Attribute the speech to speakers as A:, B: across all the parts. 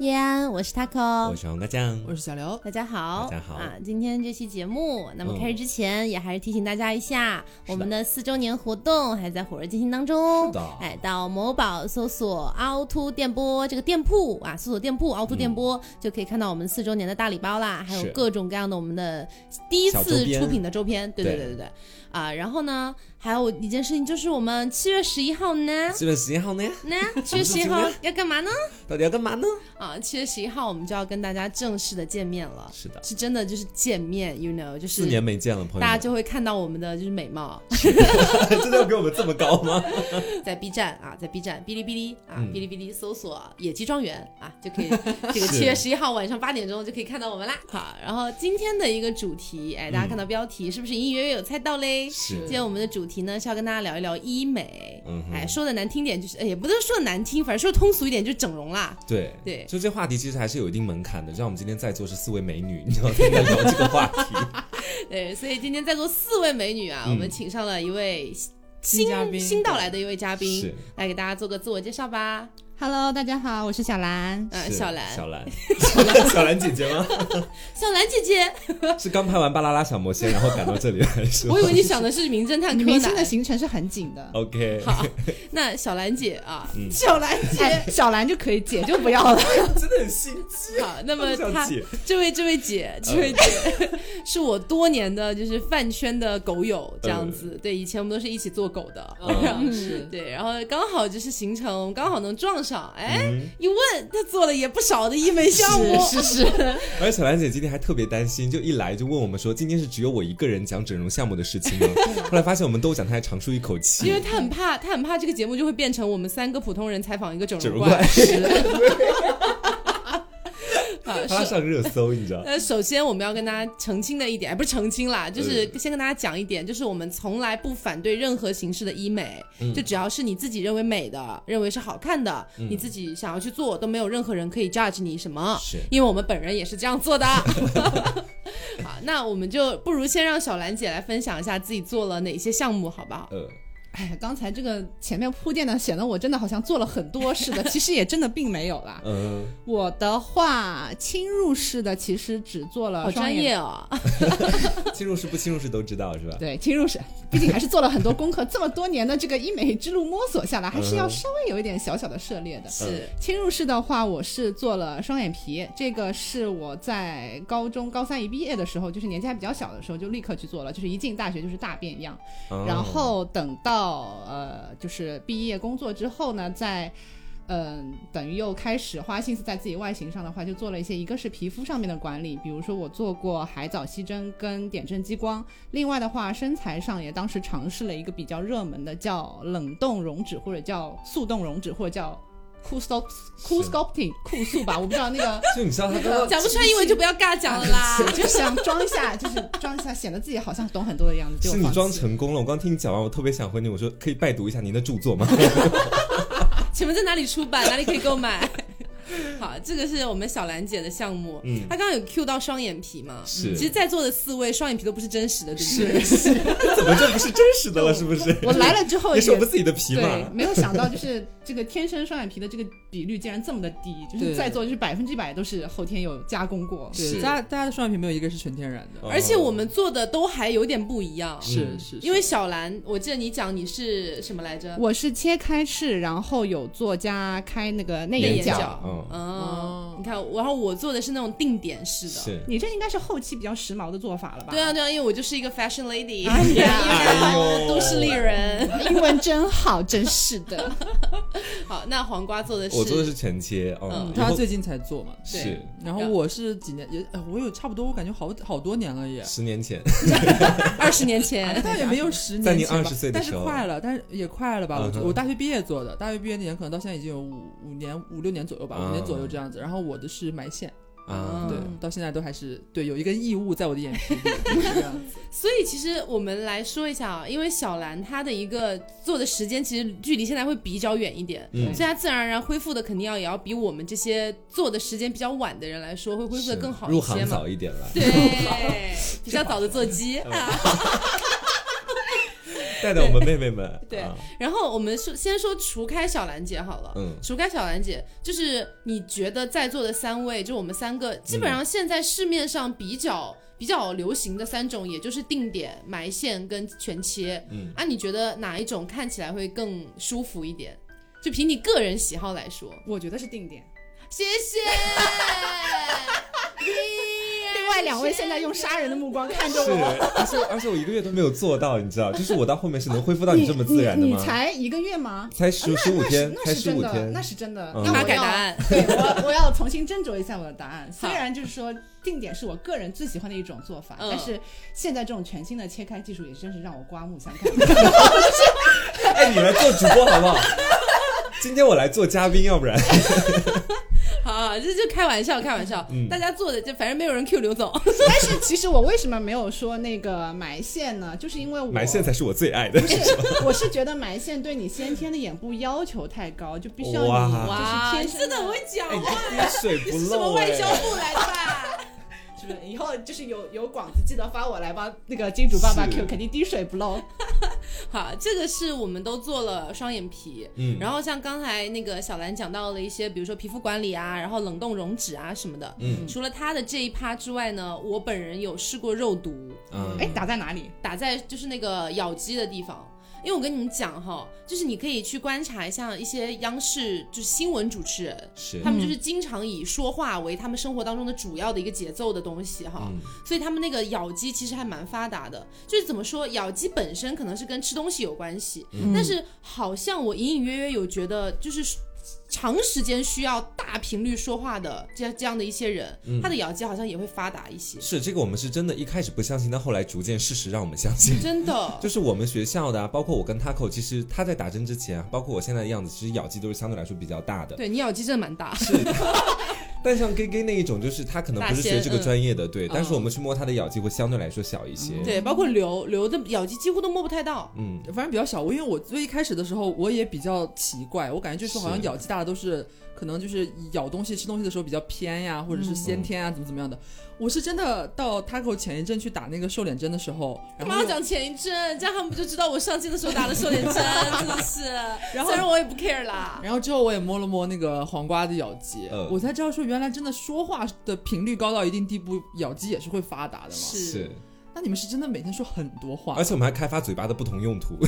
A: 叶安，我是 Taco，
B: 我是黄瓜酱，
C: 我是小刘。
A: 大家好，
B: 大家好
A: 啊！今天这期节目，那么
B: 嗯
A: 开始之前也还是提醒大家一下，
B: 是的
A: 我们的四周年活动还在火热进行当中。
B: 是的
A: 哎，到某宝搜索“凹凸电波”这个店铺啊，搜索店铺“凹凸电波”就可以看到我们四周年的大礼包啦，还有
B: 嗯是
A: 各种各样的我们的第一
B: 小
A: 次
B: 周边
A: 出品的周边。对对
B: 对
A: 对对对，啊，然后呢，还有一件事情就是我们七月十一号呢，
B: 四月十一号呢，
A: 那七月十一号要干嘛呢？
B: 到底要干嘛呢？
A: 啊，七月十一号我们就要跟大家正式的见面了，
B: 是的，
A: 是真的就是见面，you know，就
B: 四
A: 是
B: 年没见了，朋友们，
A: 大家就会看到我们的就是美貌，
B: 真的要给我们这么高 吗？
A: 在 B 站啊，在 B 站、哔哩哔哩啊、
B: 嗯
A: 哔哩哔哩搜索“野鸡庄园”啊，就 可以这个
B: 是
A: 七月十一号晚上八点钟就可以看到我们啦。好，然后今天的一个主题，哎，大家看到标题、是不是隐隐约约有猜到嘞？今
B: 嗯是，
A: 天我们的主题呢是要跟大家聊一聊医美，
B: 嗯哼
A: 哎，说的难听点就是，哎也不是说的难听，反正说的通俗一点就是整容啦。
B: 对
A: 对
B: 就这话题其实还是有一定门槛的。像我们今天在座是四位美女，你知 道在聊这个话题，
A: 对，所以今天在座四位美女啊，
B: 嗯
A: 我们请上了一位 新
C: 新嘉宾
A: 新到来的一位嘉宾
B: 是，
A: 来给大家做个自我介绍吧。
D: Hello，大家好，我是小兰。
A: 嗯，
B: 是
A: 小兰，
B: 小兰，小兰，小兰姐姐吗？
A: 小兰姐姐，
B: 是刚拍完《巴啦啦小魔仙》，然后赶到这里来是吗
A: 我以为你想的是名侦探
D: 你
A: 柯
D: 明星的
A: 南。
D: 行程是很紧的，
B: ？OK，
A: 好，那小兰姐啊，
B: 嗯
A: 小兰
D: 哎，小兰就可以解，就不 要了。
B: 真的很心机，
A: 好，那么
B: 小
A: 她
B: 姐，
A: 这位这位姐，这位姐 是我多年的就是饭圈的狗友，这样子。对，以前我们都是一起做狗的，
C: 嗯，是
A: 对， 然后刚好就是行程刚好能撞上，哎，
B: 嗯，
A: 一问他做了也不少的医美项目，
D: 是是，
B: 而且小兰姐今天还特别担心，就一来就问我们说，今天是只有我一个人讲整容项目的事情吗？后来发现我们都讲，她还长舒一口气，
A: 因为他很怕，他很怕这个节目就会变成我们三个普通人采访一个整
B: 整容
A: 怪
B: 怪，
A: 啊。
B: 她
A: 是，
B: 上热搜，你知道？
A: 呃，首先我们要跟大家澄清的一点，哎不是澄清啦，就是先跟大家讲一点，就是我们从来不反对任何形式的医美，
B: 嗯
A: 就只要是你自己认为美的，认为是好看的，你自己想要去做，都没有任何人可以 judge 你什么。
B: 是
A: 因为我们本人也是这样 做的。好，那我们就不如先让小兰姐来分享一下自己做了哪些项目，好不好？
B: 呃，
D: 哎，刚才这个前面铺垫的，显得我真的好像做了很多似的，其实也真的并没有啦。
B: 嗯，
D: 我的话，侵入式的其实只做了
A: 好
D: 双
A: 专
D: 眼
A: 业哦，
B: 侵入式不侵入式都知道是吧？
D: 对，侵入式，毕竟还是做了很多功课，这么多年的这个医美之路摸索下来，还是要稍微有一点小小的涉猎的。
A: 是
D: 侵入式的话，我是做了双眼皮，这个是我在高中高三一毕业的时候，就是年纪还比较小的时候就立刻去做了，就是一进大学就是大变样。
B: 哦
D: 然后等到呃，就是毕业工作之后呢，再。嗯，等于又开始花心思在自己外形上的话，就做了一些，一个是皮肤上面的管理，比如说我做过海藻吸针跟点阵激光，另外的话身材上也当时尝试了一个比较热门的叫冷冻溶脂或者叫速冻溶脂或者叫 cool stop cool
B: 是
D: sculpting 酷速吧，我不知道 那个
B: 就你知道她刚刚
A: 讲不出来英文就不要尬讲了 啦。
D: 我就想装一下，就是装一下，显得自己好像懂很多的样子。就是
B: 你
D: 放弃
B: 装成功了，我刚听你讲完，我特别想回你，我说可以拜读一下您的著作吗？
A: 请问在哪里出版？哪里可以购 买？好，这个是我们小兰姐的项目。
B: 嗯
A: 她刚刚有 Q 到双眼皮嘛？
B: 是
A: 其实，在座的四位双眼皮都不是真实的，对不对？
B: 怎么这不是真实的了？是不是？
D: 我来了之后
B: 也
D: 也
B: 是我们自己的皮
D: 对
B: 嘛，？
D: 没有想到就是这个天生双眼皮的这个比率竟然这么的低，就是
C: 对
D: 在座就是百分之百都是后天有加工过。
B: 是
C: 对，大家大家的双眼皮没有一个是纯天然的，
B: 哦
A: 而且我们做的都还有点不一样，
B: 嗯
C: 是是，
A: 因为小兰，我记得你讲你是什么来着？
D: 我是切开式，然后有做加开那个内
A: 内
D: 眼
A: 眼
D: 角。
A: 角
B: 嗯，
A: 哦
C: 哦，
A: 你看，然后我做的是那种定点式嗯的。
B: 是。
D: 你这应该是后期比较时髦的做法了吧？
A: 对啊，对啊，因为我就是一个 fashion lady，
D: 哎呀
A: 对啊
B: 哎呦
A: 都市丽人。
D: 英文真好，真是的。
A: 好，那黄瓜做的是，
B: 我做的是全切，嗯
A: 嗯，
B: 然
C: 他
B: 后
C: 最近才做嘛。
B: 是
C: 然后我是几年也，呃我有差不多，我感觉好好多年了也，
B: 十年前，
A: 二十年前，
C: 倒也没有十年
B: 在你
C: 前吧
B: 20岁的
C: 但是
B: 时候
C: 快了，但是也快了吧？我
B: 嗯哼
C: 我大学毕业做的，大学毕业那年可能到现在已经有五五年五六年左右吧，
B: 嗯
C: 五年左右这样子。然后我的是埋线，
B: 啊，
A: 嗯
C: 对，到现在都还是对有一根异物在我的眼皮里 这样子。
A: 所以其实我们来说一下啊，因为小兰她的一个做的时间其实距离现在会比较远一点，
B: 嗯
A: 所以她自然而然恢复的肯定要也要比我们这些做的时间比较晚的人来说会恢复的
B: 是
A: 更好
B: 入
A: 一些
B: 行
A: 嘛。
B: 早一点了，
A: 对，比较早的做鸡啊。
B: 带带我们妹妹们。
A: 对
B: 啊
A: 然后我们说，先说除开小兰姐好了。
B: 嗯，
A: 除开小兰姐，就是你觉得在座的三位，就我们三个，基本上现在市面上比较比较流行的三种，也就是定点、埋线跟全切。
B: 嗯，
A: 啊，你觉得哪一种看起来会更舒服一点？就凭你个人喜好来说，
C: 我觉得是定点。
A: 谢 谢。
D: 另外两位现在用杀人的目光看着
B: 是，
D: 我。
B: 而且而且我一个月都没有做到，你知道，就是我到后面是能恢复到你这么自然的
D: 你你
B: 吗
D: 你？才一个月吗？
B: 才十十五
D: 那
B: 天
D: 是，那
B: 才
D: 是
B: 十
D: 真
B: 五
D: 的，
B: 天
D: 那，是真的。
B: 嗯
D: 那
A: 他
D: 我
A: 改答
D: 要
A: 案。
D: 对我 我要重新斟酌一下我的答案。虽然就是说定点是我个人最喜欢的一种做法，
A: 嗯
D: 但是现在这种全新的切开技术也真是让我刮目相 看。
B: 哎，你来做主播好不好？今天我来做嘉宾， 要不然
A: 好啊，这就开玩笑，开玩笑。
B: 嗯
A: 大家做的就反正没有人 Q 刘总。
D: 但是其实我为什么没有说那个埋线呢？就是因为我
B: 埋线才是我最爱的
D: 不。是， 我是觉得埋线对你先天的眼部要求太高，就必须要你
B: 哇
D: 就是天生
A: 真的很会讲
B: 哎，你
A: 话，
B: 这滴水不
A: 是什么
B: 漏
A: 外
B: 哎。
A: 交部来的
D: 啊
A: 吧？
D: 是不是？以后就是有有广子记得发我来吧，那个金主爸爸
B: 是
D: Q 肯定滴水不漏。
A: 好，这个是我们都做了双眼皮。
B: 嗯
A: 然后像刚才那个小兰讲到了一些，比如说皮肤管理啊，然后冷冻溶脂啊什么的。
B: 嗯
A: 除了它的这一趴之外呢，我本人有试过肉毒，
B: 嗯
D: 哎，打在哪里？
A: 打在就是那个咬肌的地方。因为我跟你们讲哈，就是你可以去观察一下一些央视就是新闻主持人，
B: 是
A: 他们就是经常以说话为他们生活当中的主要的一个节奏的东西哈。
B: 嗯
A: 所以他们那个咬肌其实还蛮发达的，就是怎么说，咬肌本身可能是跟吃东西有关系，但是好像我隐隐约约有觉得，就是长时间需要大频率说话的这样这样的一些人，他的咬肌好像也会发达一些，
B: 是这个，我们是真的一开始不相信，但后来逐渐事实让我们相信。
A: 真的
B: 就。是我们学校的、啊，包括我跟 Taco，其实他在打针之前，啊包括我现在的样子，其实咬肌都是相对来说比较大的。
A: 对你咬肌真的蛮大，
B: 但像 Gay Gay 那一种，就是他可能不是学这
A: 嗯
B: 个专业的，对。但是我们去摸他的咬肌会相对来说小一些。
A: 对，包括刘刘的咬肌几乎都摸不太到，
B: 嗯，
C: 反正比较小，我因为我最一开始的时候我也比较奇怪，我感觉就是好像
B: 是
C: 咬肌大的都是可能就是咬东西吃东西的时候比较偏呀，或者
B: 嗯
C: 是先天啊、怎么怎么样的。我是真的到 Taco 前一阵去打那个瘦脸针的时候，
A: 干
C: 然
A: 嘛
C: 后
A: 要讲前一阵？这样他们不就知道我上镜的时候打了瘦脸针，真的是。
C: 然后
A: 虽然我也不 care 啦，
C: 然后之后我也摸了摸那个黄瓜的咬肌，
B: 嗯
C: 我才知道说原来真的说话的频率高到一定地步，咬肌也是会发达的嘛。
A: 是
B: 是。
C: 那你们是真的每天说很多话
B: 而，且我们还开发嘴巴的不同用途。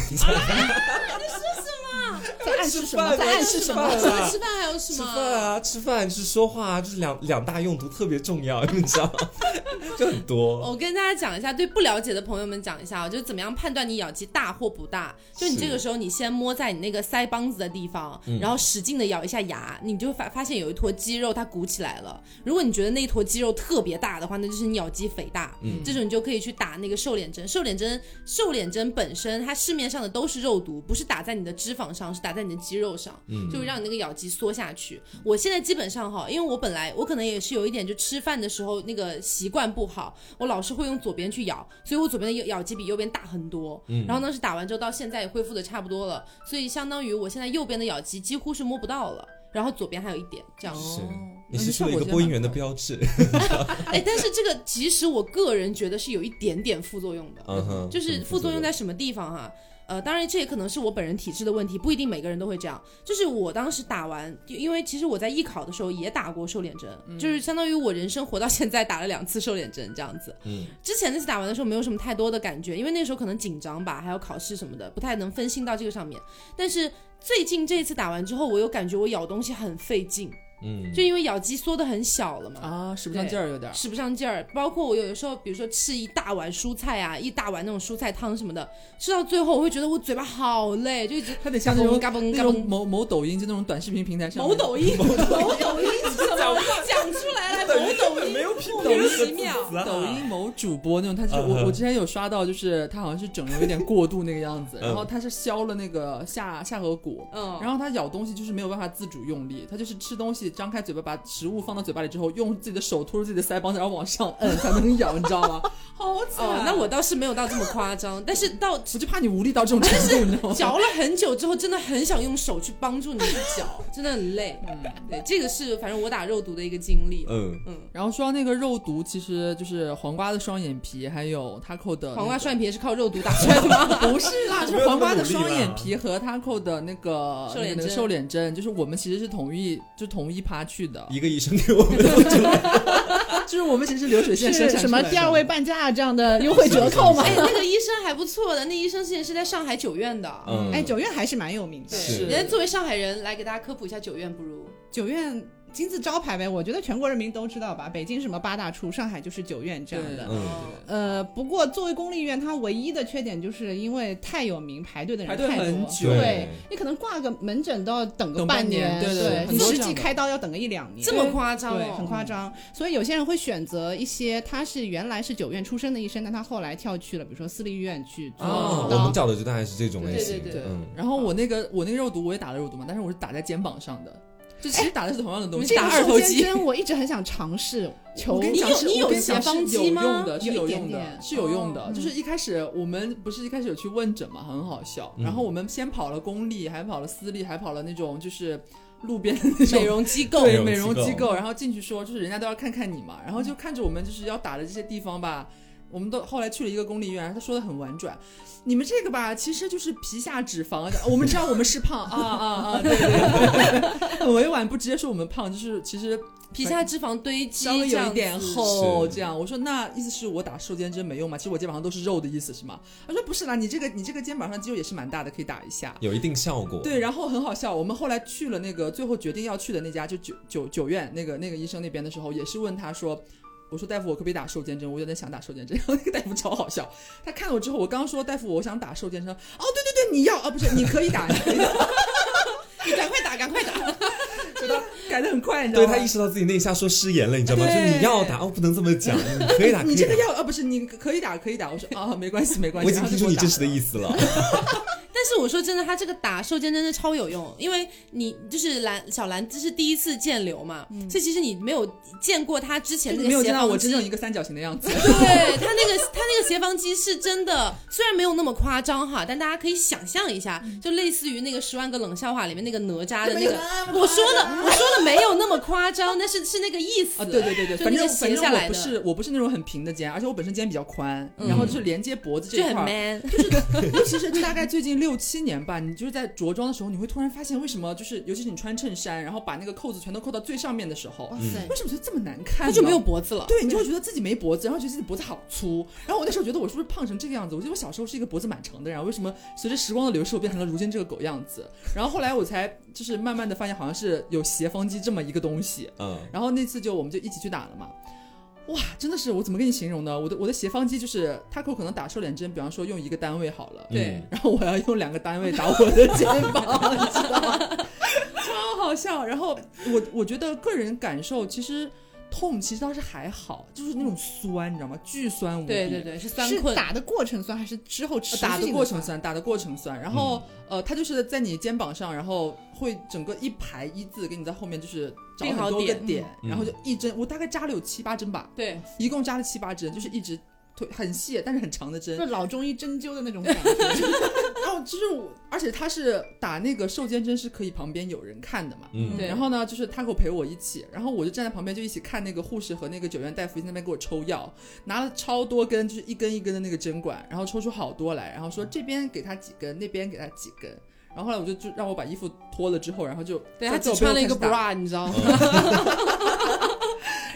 D: 在暗示什么？在暗示什么？
A: 除了吃饭还有什
B: 吃
A: 么？
B: 饭啊，吃饭就是说话啊，就是两两大用途特别重要，你知道吗？ 就很多。
A: 我跟大家讲一下，对不了解的朋友们讲一下，啊就是怎么样判断你咬肌大或不大。就你
B: 是
A: 这个时候，你先摸在你那个腮帮子的地方，然后使劲的咬一下牙，你就发发现有一坨肌肉它鼓起来了。如果你觉得那一坨肌肉特别大的话，那就是你咬肌肥大。
B: 嗯
A: 这时候你就可以去打那个瘦脸针。瘦脸针，瘦脸针本身它市面上的都是肉毒，不是打在你的脂肪上，是打在你的肌肉上。
B: 嗯
A: 就会让你那个咬肌缩下去。我现在基本上哈，因为我本来我可能也是有一点，就吃饭的时候那个习惯不好，我老是会用左边去咬，所以我左边的咬咬肌比右边大很多。
B: 嗯
A: 然后呢是打完之后到现在也恢复的差不多了，所以相当于我现在右边的咬肌几乎是摸不到了。然后左边还有一点这样，
B: 是
C: 哦，
B: 你是出了一个播音员的标志。
A: 哎，但是这个其实我个人觉得是有一点点副作用的，
B: 嗯哼，
A: 就是副作用在什么地方哈、呃，当然这也可能是我本人体质的问题，不一定每个人都会这样。就是我当时打完，就因为其实我在艺考的时候也打过瘦脸针，就是相当于我人生活到现在打了两次瘦脸针这样子。
B: 嗯，
A: 之前那次打完的时候没有什么太多的感觉，因为那时候可能紧张吧，还有考试什么的，不太能分心到这个上面。但是最近这次打完之后，我有感觉我咬东西很费劲，
B: 嗯，
A: 就因为咬肌缩得很小了嘛。
C: 啊，使不上劲儿有点儿。
A: 使不上劲儿。包括我有的时候，比如说吃一大碗蔬菜啊，一大碗那种蔬菜汤什么的，吃到最后我会觉得我嘴巴好累，就一直
C: 他得像那种
A: 嘎嘣
C: 那
A: 嘎
C: 种
A: 嘣。
C: 某某抖音就那种短视频平台上
A: 某
C: 面
A: 抖 音，某抖音是什么？讲出来了，某抖音，
B: 没有品
A: 莫
B: 抖音
A: 名
B: 的
A: 其妙。
B: 词啊
C: 抖音某主播那种，他是
B: 嗯
C: 我
B: 嗯
C: 我之前有刷到，就是他好像是整容有点过度那个样子，
B: 嗯
C: 然后他是削了那个下下颌骨，
A: 嗯，
C: 然后他咬东西就是没有办法自主用力，他就是吃东西己张开嘴巴把食物放到嘴巴里之后，用自己的手托住自己的腮帮子，然后往上 摁才能咬，你知道吗？好惨！
A: 哦，那我倒是没有到这么夸张，但是到
C: 我就怕你无力到这种程度，你知道 吗？
A: 嚼了很久之后，真的很想用手去帮助你去嚼，真的很累。对，这个是反正我打肉毒的一个经历。
B: 嗯，
C: 然后说到那个肉毒，其实就是黄瓜的双眼皮，还有 taco 的那个、
A: 黄瓜双眼皮也是靠肉毒打出来的吗？
C: 不是啦，
B: 没
C: 是
B: 有那么
C: 黄瓜的
B: 努力
C: 双
B: 啦
C: 眼皮和 taco 的那个
A: 瘦脸
C: 那个
A: 针
C: 瘦脸针，就是我们其实是同一就同一趴去的，
B: 一个医生给我们 的
C: 就是我们其实是流水线生
D: 是
C: 产
D: 什么
C: 出来
D: 第
C: 的
D: 二位半价这样的优惠折扣吗？
A: 哎，那个医生还不错的，那医生之前是在上海九院的。
B: 嗯，
D: 哎，九院还是蛮有名的。
B: 是
A: 人家作为上海人来给大家科普一下九院，不如
D: 九院金字招牌呗，我觉得全国人民都知道吧。北京什么八大厨，上海就是九院这样
C: 对
D: 的。
A: 哦
B: 嗯，
D: 呃，不过作为公立医院，它唯一的缺点就是因为太有名，排队的人
C: 排队
D: 太
C: 很
D: 多。
C: 久
D: 对，你可能挂个门诊都要等个
C: 等
D: 半
C: 半年对对
D: 对
C: 对很
D: 你
C: 多
D: 实
C: 这样
D: 际
C: 的
D: 开刀要等个一两年。
A: 这么夸张
D: 对，很
A: 哦？
D: 夸张。所以有些人会选择一些他是原来是九院出身的医生，但他后来跳去了，比如说私立医院去做
C: 哦
B: 我们
D: 刀。
B: 找的就大概是这种类型，
A: 对对
C: 对
B: 嗯，，
C: 然后我那个我那个肉毒我也打了肉毒嘛，但是我是打在肩膀上的，就其实打的是同样的东
D: 哎这
C: 西，打
D: 个
C: 二头
D: 瘦
C: 肌
D: 肩。针我一直很想尝试，求
C: 我跟
A: 你
C: 讲
A: 有
C: 是
A: 你有
C: 我跟你
A: 斜
C: 讲
A: 方
C: 是
A: 肌吗
C: 有用的，是
D: 有
C: 有
D: 一点
C: 用
D: 点
C: 的，是有用的
A: 哦。
C: 就是一开始我们不是一开始有去问诊嘛，很好笑。然后我们先跑了公立，还跑了私立，还跑了那种就是路边的 那种
A: 美容机构，
C: 对
B: 美
C: 美
B: 容
C: 容
B: 机
C: 机
B: 构
C: 构，然后进去说，就是人家都要看看你嘛，然后就看着我们就是要打的这些地方吧。我们都后来去了一个公立医院，他说的很婉转，你们这个吧，其实就是皮下脂肪。啊我们知道我们是胖啊啊啊，对对 对，很委婉，不直接说我们胖，就是其实
A: 皮下脂肪堆积，
C: 稍微
A: 这
C: 有一
A: 样
C: 点
A: 子
C: 厚
B: 是
C: 这样。我说那意思是我打瘦肩针没用吗？其实我肩膀上都是肉的意思是吗？他说不是啦，你这个你这个肩膀上肌肉也是蛮大的，可以打一下。
B: 有一定效果，
C: 对，然后很好笑。我们后来去了那个最后决定要去的那家，就九九九院那个那个医生那边的时候，也是问他说。我说大夫，我可不可以打瘦肩针？我有点想打瘦肩针。 然后那个大夫超好笑，他看了我之后，我刚说大夫，我想打瘦肩针。哦，对对对，你要啊？不是，你可以打，你可以打，
A: 你赶快打，赶 快打！
C: 改的很快，你知道
B: 对
C: 吗？
B: 他意识到自己那一下说失言了，你知道吗？说
C: 对
B: 你要打，哦，不能这么 讲，你可以打，
C: 你
B: 可以
C: 这
B: 打
C: 个，药啊，不是，你可以打，可以打。我说啊，没关系，没关
B: 我
C: 系。
B: 已经听出你真实的意思了。
A: 但是我说真的，他这个打瘦针真的超有用，因为你就是蓝小蓝，这是第一次见刘嘛，所以其实你没有见过他之前
C: 就
A: 那个
C: 你嗯没有
A: 斜
C: 见到我
A: 方
C: 真
A: 肌
C: 正一个三角形的样子。
A: 对他那个他那个斜方肌是真的，虽然没有那么夸张哈，但大家可以想象一下，
C: 嗯
A: 就类似于那个《十万个冷笑话》里面那个哪吒的那个，我说的我说的没有那么夸张，但是是那个意思
C: 啊，对对对对，
A: 就
C: 反
A: 那
C: 正
A: 个
C: 反
A: 斜
C: 正
A: 下
C: 我
A: 来
C: 不
A: 的，嗯
C: 是我不是那种很平的肩，而且我本身肩比较宽，然后就是连接脖子这
A: 就
C: 一
A: 很
C: 块儿，
A: man。
C: 尤其是大概最近六七年吧，你就是在着装的时候，你会突然发现为什么就是，尤其是你穿衬衫，然后把那个扣子全都扣到最上面的时候，
D: 哇塞，
C: 为什么就这么难嗯看
A: 他
C: 呢？
A: 就没有脖子了，
C: 对，你就会觉得自己没脖子，然后觉得自己脖子好粗。然后我那时候觉得我是不是胖成这个样子？我记得我小时候是一个脖子蛮长的人，然后为什么随着时光的流逝，我变成了如今这个狗样子？然后后来我才就是慢慢的发现，好像是有斜方肌这么一个东西。
B: 嗯，
C: 然后那次就我们就一起去打了嘛。哇，真的是我怎么跟你形容呢？我的我的斜方肌就是他可可能打瘦脸针，比方说用一个单位好了，
B: 嗯
A: 对
C: 然后我要用两个单位打我的肩膀，你知道吗？超好笑。然后我我觉得个人感受其实痛其实倒是还好，就是那种酸，你知道吗？巨酸无比。
A: 对对对，是酸
D: 是
A: 困。
D: 打的过程酸还是之后持
C: 呃
D: 续
C: 打的
D: 性
C: 过程
D: 酸？
C: 酸，打的过程酸，然后、呃，它就是在你肩膀上，然后会整个一排一字给你在后面就是找
A: 定
C: 很
A: 好
C: 多个
A: 点
C: 点，
B: 嗯
C: 然后就一针，我大概扎了有七八针吧，
A: 对，
C: 一共扎了七八针，就是一直推很细但是很长的 针
D: 就，老中医针灸的那种感觉，
C: 然后就是我，而且他是打那个瘦肩针是可以旁边有人看的嘛。
B: 嗯，
A: 对
C: 然后呢，就是他给我陪我一起，然后我就站在旁边就一起看那个护士和那个九院大夫在那边给我抽药，拿了超多根，就是一根一根的那个针管，然后抽出好多来，然
A: 嗯
C: 后说这边给他几根，那边给他几根。然后后来我就就让我把衣服脱了之后，然后就
A: 对
C: 在
A: 他
C: 在
A: 只
C: 我背
A: 穿
C: 后
A: 了一个
C: 开始打嗯
A: bra，你知道吗？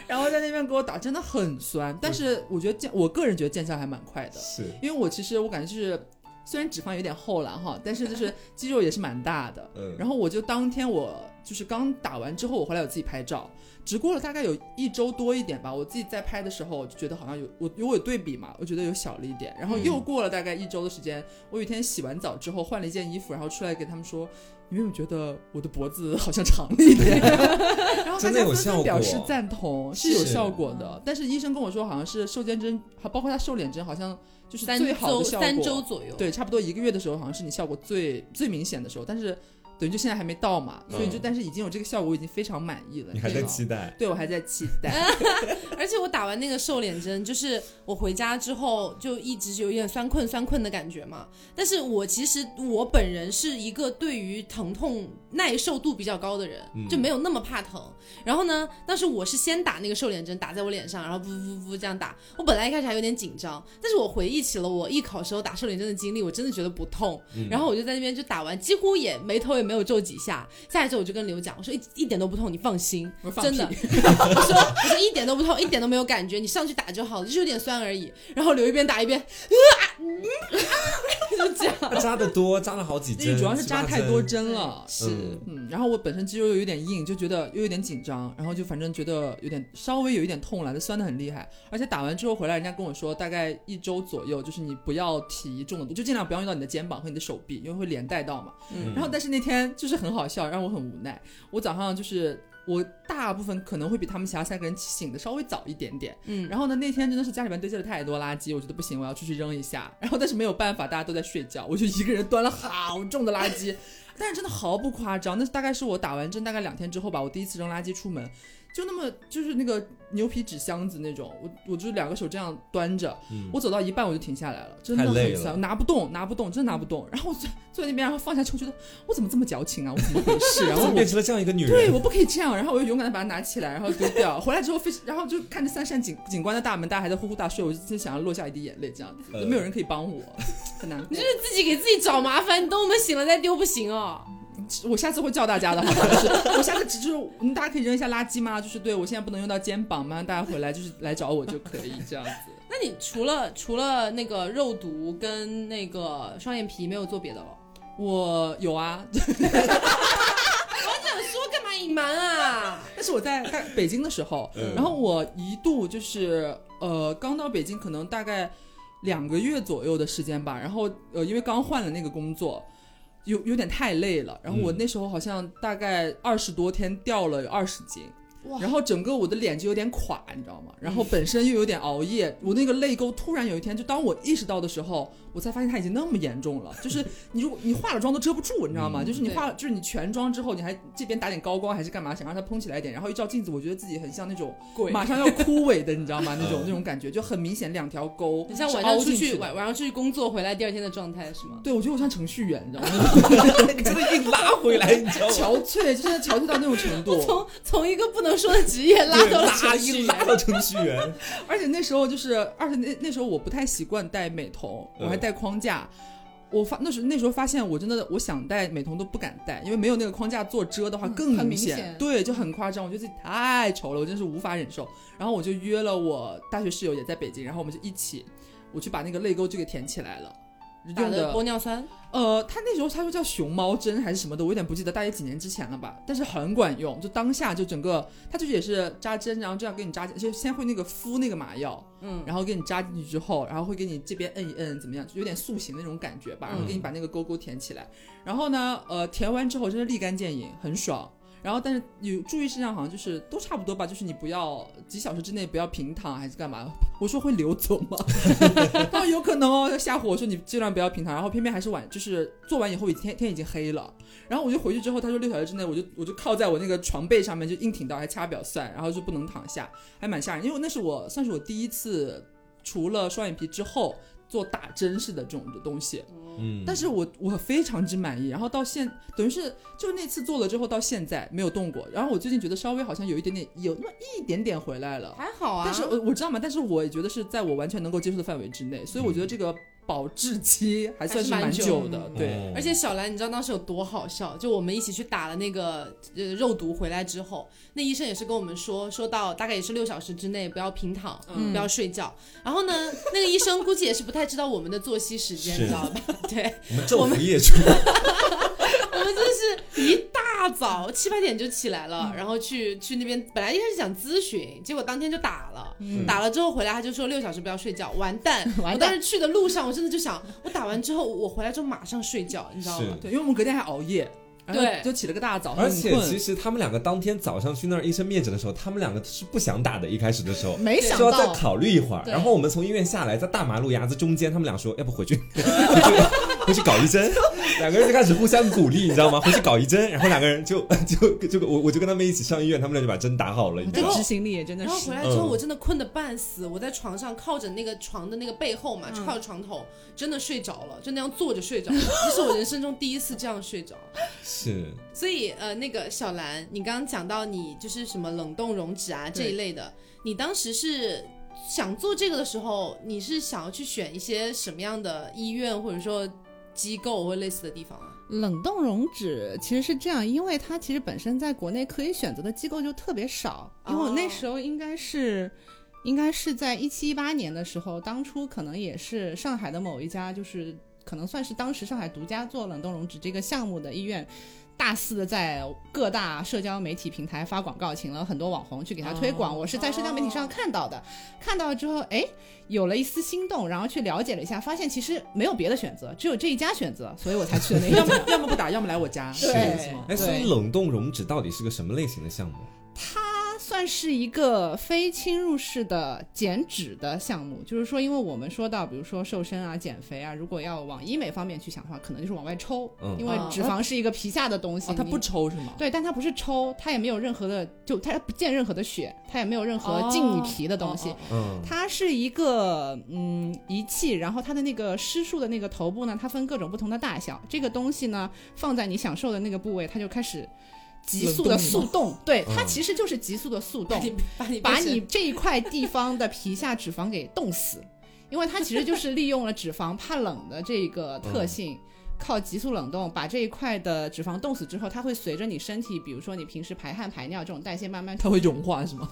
C: 然后在那边给我打，真的很酸。但是我觉得见，我个人觉得见效还蛮快的。
B: 是，
C: 因为我其实我感觉就是，虽然脂肪有点厚了哈，但是就是肌肉也是蛮大的。
B: 嗯，
C: 然后我就当天我就是刚打完之后，我回来我自己拍照，只过了大概有一周多一点吧。我自己在拍的时候，我就觉得好像有我，因为我有对比嘛，我觉得有小了一点。
B: 嗯
C: 然后又过了大概一周的时间，我有一天洗完澡之后换了一件衣服，然后出来给他们说，你们有没有觉得我的脖子好像长了 一点？然后大
B: 真的
C: 家
B: 有
C: 纷
B: 效
C: 纷表示
B: 果
C: 赞同，是有
B: 是
C: 效果的。但是医生跟我说，好像是瘦肩针，还包括他瘦脸针，好像就是
A: 三
C: 最好
A: 周
C: 的效果。
A: 三周左右，
C: 对，差不多一个月的时候，好像是你效果最最明显的时候，但是等于就现在还没到嘛，所以就
B: 嗯
C: 但是已经有这个效果，我已经非常满意了。
B: 你还在
C: 知道
B: 期待？
C: 对我还在期待。
A: 哎而且我打完那个瘦脸针，就是我回家之后就一直有点酸困酸困的感觉嘛。但是我其实我本人是一个对于疼痛耐受度比较高的人，就没有那么怕疼。然后呢，当时我是先打那个瘦脸针，打在我脸上，然后噗噗噗这样打。我本来一开始还有点紧张，但是我回忆起了我艺考时候打瘦脸针的经历，我真的觉得不痛。然后我就在那边就打完，几乎也眉头也没有皱几下。下一周我就跟刘讲，我说一一点都不痛，你放心
C: 我，放
A: 真的。
C: 屁
A: 我说我说一点都不痛，一点都没有感觉，你上去打就好了，就是有点酸而已。然后刘一边打一边，呃啊嗯啊，就这样。
B: 他扎的多，扎了好几
C: 因为
B: 针，
C: 主要是扎
B: 七八
C: 太多针了，
A: 是
B: 嗯
C: 嗯，然后我本身肌肉又有点硬，就觉得又有点紧张，然后就反正觉得有点稍微有一点痛了，就酸的很厉害。而且打完之后回来，人家跟我说大概一周左右，就是你不要提重的，就尽量不要用到你的肩膀和你的手臂，因为会连带到嘛。
B: 嗯
C: 然后但是那天就是很好笑，让我很无奈。我早上就是我大部分可能会比他们其他三个人醒的稍微早一点点，
A: 嗯，
C: 然后呢，那天真的是家里面堆积了太多垃圾，我觉得不行，我要出去扔一下。然后但是没有办法，大家都在睡觉，我就一个人端了好重的垃圾， 但是真的毫不夸张，那大概是我打完针大概两天之后吧，我第一次扔垃圾出门，就那么就是那个牛皮纸箱子那种，我我就两个手这样端着，
B: 嗯
C: 我走到一半我就停下来了，真的
B: 太累
C: 很
B: 了
C: 酸，拿不动，拿不动，真的拿不动。然后我坐坐在那边，然后放下去，我觉得我怎么这么矫情啊，我怎么回 事？然
B: 然
C: 后
B: 后
C: 我
B: 变成了这样一个女
C: 对，
B: 人，
C: 我不可以这样。然后我就勇敢的把它拿起来，然后丢掉。回来之后非，然后就看着三扇景景观的大门，大家还在呼呼大睡，我就真想要落下一滴眼泪，这样子，
B: 呃
C: 就没有人可以帮我，很难
A: 你
C: 过
A: 这。是自己给自己找麻烦，你等我们醒了再丢不行哦。
C: 我下次会叫大家的，好吧？就是我下次只就是嗯大家可以扔一下垃圾吗？就是对我现在不能用到肩膀嘛，大家回来就是来找我就可以这样子。
A: 那你除了除了那个肉毒跟那个双眼皮，没有做别的了？
C: 我有啊，
A: 想说干嘛隐瞒啊？
C: 但是我在大概北京的时候，
B: 嗯
C: 然后我一度就是呃，刚到北京可能大概两个月左右的时间吧，然后呃，因为刚换了那个工作。有有点太累了，然后我
B: 嗯
C: 那时候好像大概二十多天掉了有二十斤，
A: 哇
C: 然后整个我的脸就有点垮，你知道吗？然后
B: 嗯
C: 本身又有点熬夜，我那个泪沟突然有一天，就当我意识到的时候，我才发现它已经那么严重了。就是你如果你化了妆都遮不住，你知道吗？
B: 嗯
C: 就是你
A: 对
C: 化，就是你全妆之后，你还这边打点高光还是干嘛，想让它蓬起来一点，然后一照镜子，我觉得自己很像那种
A: 鬼
C: 马上要枯萎的，你知道吗？那种
B: 嗯
C: 那种感觉就很明显，两条沟，
A: 你像晚上出去晚
C: 玩。
A: 晚上出去工作回来第二天的状态是吗？
C: 对，我觉得我像程序员，你知道吗？
B: 真的硬拉回来，你知道吗？
C: 憔悴，就是憔悴到那种程度。
A: 从从一个不能说的职业拉到了
B: 对拉
A: 程序
B: 一
A: 员
B: 拉到程序员，
C: 而且那时候就是，而且那那时候我不太习惯戴美瞳，
B: 嗯
C: 我还戴框架。我发那时那时候发现，我真的我想戴美瞳都不敢戴，因为没有那个框架做遮的话
D: 嗯
C: 更
D: 很
C: 明
D: 明
C: 显，
D: 显
C: 对，就很夸张。我觉得自己太丑了，我真是无法忍受。然后我就约了我大学室友也在北京，然后我们就一起，我去把那个泪沟就给填起来了。
A: 打
C: 用
A: 的
C: 的
A: 玻尿酸，
C: 呃，他那时候他说叫熊猫针还是什么的，我有点不记得，大概几年之前了吧。但是很管用，就当下就整个，他就是也是扎针，然后这样给你扎进，就先会那个敷那个麻药，
A: 嗯，
C: 然后给你扎进去之后，然后会给你这边摁一摁，怎么样，就有点塑形那种感觉吧，然后给你把那个沟沟填起来。然后呢，呃，填完之后真的立竿见影，很爽。然后，但是有注意事项，好像就是都差不多吧，就是你不要几小时之内不要平躺还是干嘛？ 我说会流走吗？ 他说有可能哦，要吓唬我说你尽量不要平躺，然后偏偏还是晚，就是做完以后已经天天已经黑了，然后我就回去之后，他说六小时之内我就我就靠在我那个床被上面就硬挺到，还掐表算，然后就不能躺下，还蛮吓人，因为那是我算是我第一次除了双眼皮之后做打针式的这种东西，
B: 嗯，
C: 但
B: 是
C: 是我我非常之满意，然后到现等于是就是那次做了之后到现在没有动过，然后我最近觉得稍微好像有一点点有那么一点点回来了，
A: 还好啊。
C: 但是我我知道嘛，但是我也觉得是在我完全能够接受的范围之内，所以我
B: 嗯
C: 觉得这个保质期还算是
A: 还是蛮嗯
C: 蛮久的，
D: 久
B: 哦
C: 对。
A: 而且小兰，你知道当时有多好笑？就我们一起去打了那个呃肉毒回来之后，那医生也是跟我们说，说到大概也是六小时之内不要平躺，
C: 嗯
A: 不要睡觉。然后呢，那个医生估计也是不太知道我们的作息时间，
B: 是
A: 你知道吧？ 对，
B: 我们昼伏夜出，
A: 我们就是一大早七八点就起来了，然后去去那边，本来一开始想咨询，结果当天就打了。
B: 嗯
A: 打了之后回来，他就说六小时不要睡觉，完蛋！
D: 完蛋
A: 我当时去的路上，我真的就想，我打完之后，我回来之后马上睡觉，你知道吗？
B: 是
C: 对，因为我们隔天还熬夜，然后
A: 对
C: 就起了个大
D: 哦
C: 早，
B: 而且
C: 很
B: 其
C: 困。
B: 实他们两个当天早上去那儿医生面诊的时候，他们两个是不想打的，一开始的时候。
D: 没想
B: 说要再
D: 到
B: 考虑一会儿，
D: 对
B: 哎然后我们从医院下来，在大马路牙子中间，他们俩说要不回去， 回去搞一 针，两个人就开始互相鼓励，你知道吗？回去搞一针，然后两个人就 就就我我就跟他们一起上医院，他们俩就把针打好了，你知
D: 这
B: 道吗？
D: 执行力也真的
A: 然后
D: 是
A: 回。来之后，
B: 嗯
A: 我真的困得半死，我在床上靠着那个床的那个背后嘛，
D: 嗯
A: 靠着床头，真的睡着了，就那样坐着睡着了， 这是我人生中第一次这样睡着。
B: 是，
A: 所以呃，那个小兰，你刚刚讲到你就是什么冷冻溶脂啊这
D: 对
A: 一类的，你当时是想做这个的时候，你是想要去选一些什么样的医院或者说机构或类似的地方啊？
D: 冷冻溶脂其实是这样，因为它其实本身在国内可以选择的机构就特别少，因为我那
A: 哦
D: 时候应该是。应该是在一七一八年的时候，当初可能也是上海的某一家，就是可能算是当时上海独家做冷冻溶脂这个项目的医院，大肆的在各大社交媒体平台发广告，请了很多网红去给他推广。
C: 哦
D: 我是在社交媒体上看到的，看到了之后，哎，有了一丝心动，然后去了解了一下，发现其实没有别的选择，只有这一家选择，所以我才去的那一家
C: 哎要。么要么不打，要么来我家，
B: 是
C: 这样吗
B: 哎，所以
D: 对
B: 冷冻溶脂到底是个什么类型的项目？
D: 它算是一个非侵入式的减脂的项目，就是说，因为我们说到，比如说瘦身啊、减肥啊，如果要往医美方面去想的话，可能就是往外抽，
B: 嗯
D: 因为
A: 哦
D: 脂肪是一个皮下的东西，
C: 哦，他
D: 你
C: 不抽是吗？
D: 对，但它不是抽，它也没有任何的，就它不见任何的血，它也没有任
C: 哦
D: 何进你皮的东西，
C: 哦哦哦
B: 嗯，
D: 它是一个嗯仪器，然后它的那个施术的那个头部呢，它分各种不同的大小。这个东西呢，放在你想受的那个部位，它就开始急速的
C: 冷冻
D: 速冻。对，它
B: 嗯
D: 其实就是急速的速
A: 把
D: 冻，
A: 你把你
D: 把
A: 变成
D: 你这一块地方的皮下脂肪给冻死，因为它其实就是利用了脂肪怕冷的这个特性。靠急速冷冻把这一块的脂肪冻死之后，它会随着你身体，比如说你平时排汗排尿这种代谢慢慢
C: 它会融化是吗？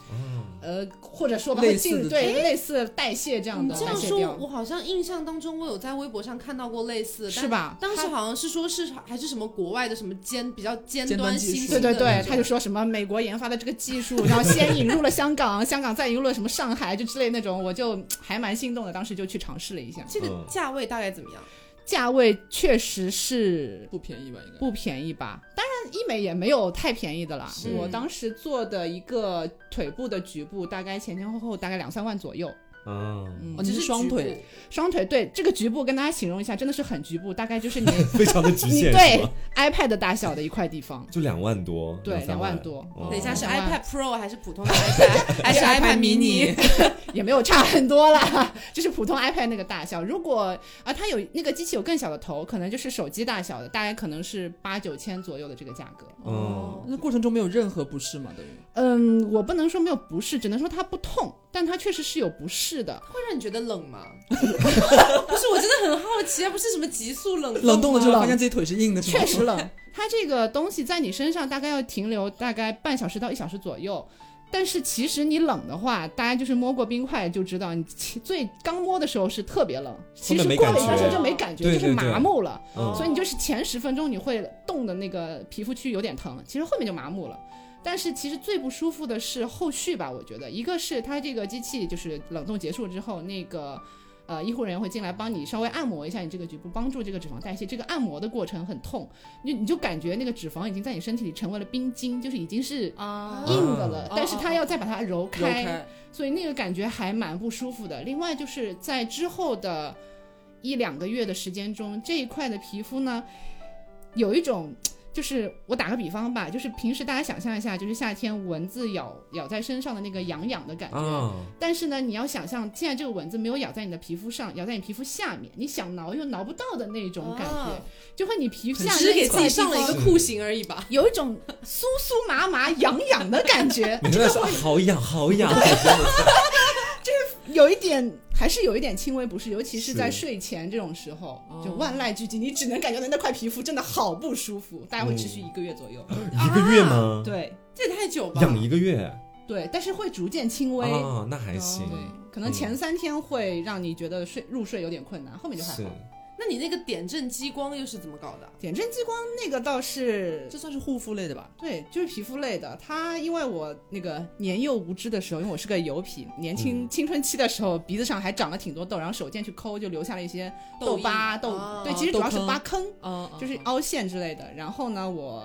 D: 呃，或者说吧，
C: 类
D: 会
C: 似
D: 进
C: 的
D: 对类似代谢这样
A: 你
D: 的
A: 这
D: 代
A: 样
D: 谢
A: 说
D: 掉，，
A: 我好像印象当中我有在微博上看到过类似，
D: 是
A: 但
D: 吧？
A: 当时
D: 他
A: 好像是说是还是什么国外的什么尖比较尖
C: 尖端
A: 端
C: 技
A: 新
C: 术
A: 型的
D: 对对对
A: 那，种
D: 他就说什么美国研发的这个技术，然后先引入了香港， 香港再引入了什么上海，就之类那种，我就还蛮心动的，当时就去尝试了一下，
A: 这个
B: 嗯
A: 价位大概怎么样？
D: 价位确实是
C: 不便宜吧？应该
D: 不便宜吧？当然，医美也没有太便宜的啦。
B: 是
D: 我当时做的一个腿部的局部，大概前前后后大概两三万左右。
B: 嗯，
D: 嗯
C: 哦，，你
A: 只
C: 是
A: 是
C: 双
A: 局部
C: 腿，
D: 双腿对这个局部跟大家形容一下，真的是很局部，大概就是你
B: 非常的局
D: 你
B: 限，是
D: 嗯对
B: 吗？
D: iPad 大小的一块地方。
B: 就两万多，
D: 对
B: 两三
D: 两万多
B: 哦
A: 等一下是
D: 哦
A: iPad Pro 还是普通的 iPad 还是 iPad mini？
D: 也没有差很多啦，就是普通 iPad 那个大小。如果啊，它有那个机器有更小的头，可能就是手机大小的，大概可能是八九千左右的这个价格。哦
B: 嗯
C: 那过程中没有任何不适嘛？等于
D: 嗯，我不能说没有不适，只能说它不痛，但它确实是有不适的。
A: 会让你觉得冷 吗？不是，我真的很好奇，啊不是什么急速冷
C: 冷冻了之后
A: 吗
C: 发现自己腿是硬的，是吗
D: 确实 冷。它这个东西在你身上大概要停留大概半小时到一小时左右。但是其实你冷的话，大家就是摸过冰块就知道，你其最刚摸的时候是特别冷，其实
B: 没
D: 过
B: 感
D: 了一段时
A: 觉
D: 间就没感觉，
B: 对
D: 就是
B: 对
D: 麻
B: 对
D: 木了。
B: 嗯
D: 所以你就是前十分钟你会冻的那个皮肤区有点疼，其实后面就麻木了。但是其实最不舒服的是后续吧，我觉得一个是它这个机器就是冷冻结束之后，那个呃医护人员会进来帮你稍微按摩一下你这个局部，帮助这个脂肪代谢。这个按摩的过程很痛，你你就感觉那个脂肪已经在你身体里成为了冰晶，就是已经是
A: 啊
D: 硬的了，
C: 啊
D: 但是它要再把它揉
C: 揉开，
D: 所以那个感觉还蛮不舒服的。另外就是在之后的一两个月的时间中，这一块的皮肤呢，有一种就是我打个比方吧，就是平时大家想象一下，就是夏天蚊子咬咬在身上的那个痒痒的感觉。
B: 啊，
D: 但是呢，你要想象现在这个蚊子没有咬在你的皮肤上，咬在你皮肤下面，你想挠又挠不到的那种感觉，
A: 啊
D: 就和你皮肤
A: 只
D: 下
A: 是
D: 面
A: 给自己
D: 一块
A: 上了一
D: 地
A: 个
D: 方
A: 酷刑而已吧。
D: 有一种酥酥麻麻、痒痒的感觉。
B: 你在说好痒好痒，真的是
D: 有一点还是有一点轻微不适，尤其是在
B: 是
D: 睡前这种时候，
C: 哦
D: 就万籁俱寂，你只能感觉到那块皮肤真的好不舒服，大概会持续一个月左右。
B: 一个月吗？
D: 对
A: 这也太久吧？
B: 养一个月
D: 对，但是会逐渐轻微，
B: 啊，那还行，
D: 对，可能前三天会让你觉得睡入睡有点困难，后面就还
B: 是
D: 好。
A: 那你那个点阵激光又是怎么搞的？
D: 点阵激光那个倒是
C: 这算是护肤类的吧？
D: 对，就是皮肤类的。它因为我那个年幼无知的时候，因为我是个油皮，年轻、青春期的时候，鼻子上还长了挺多痘，然后手贱去抠，就留下了一些痘疤、
A: 痘
D: 痘
A: 印啊。
D: 对，其实主要是
C: 痘坑
D: 疤坑，
C: 啊，
D: 就是凹陷之类的。然后呢，我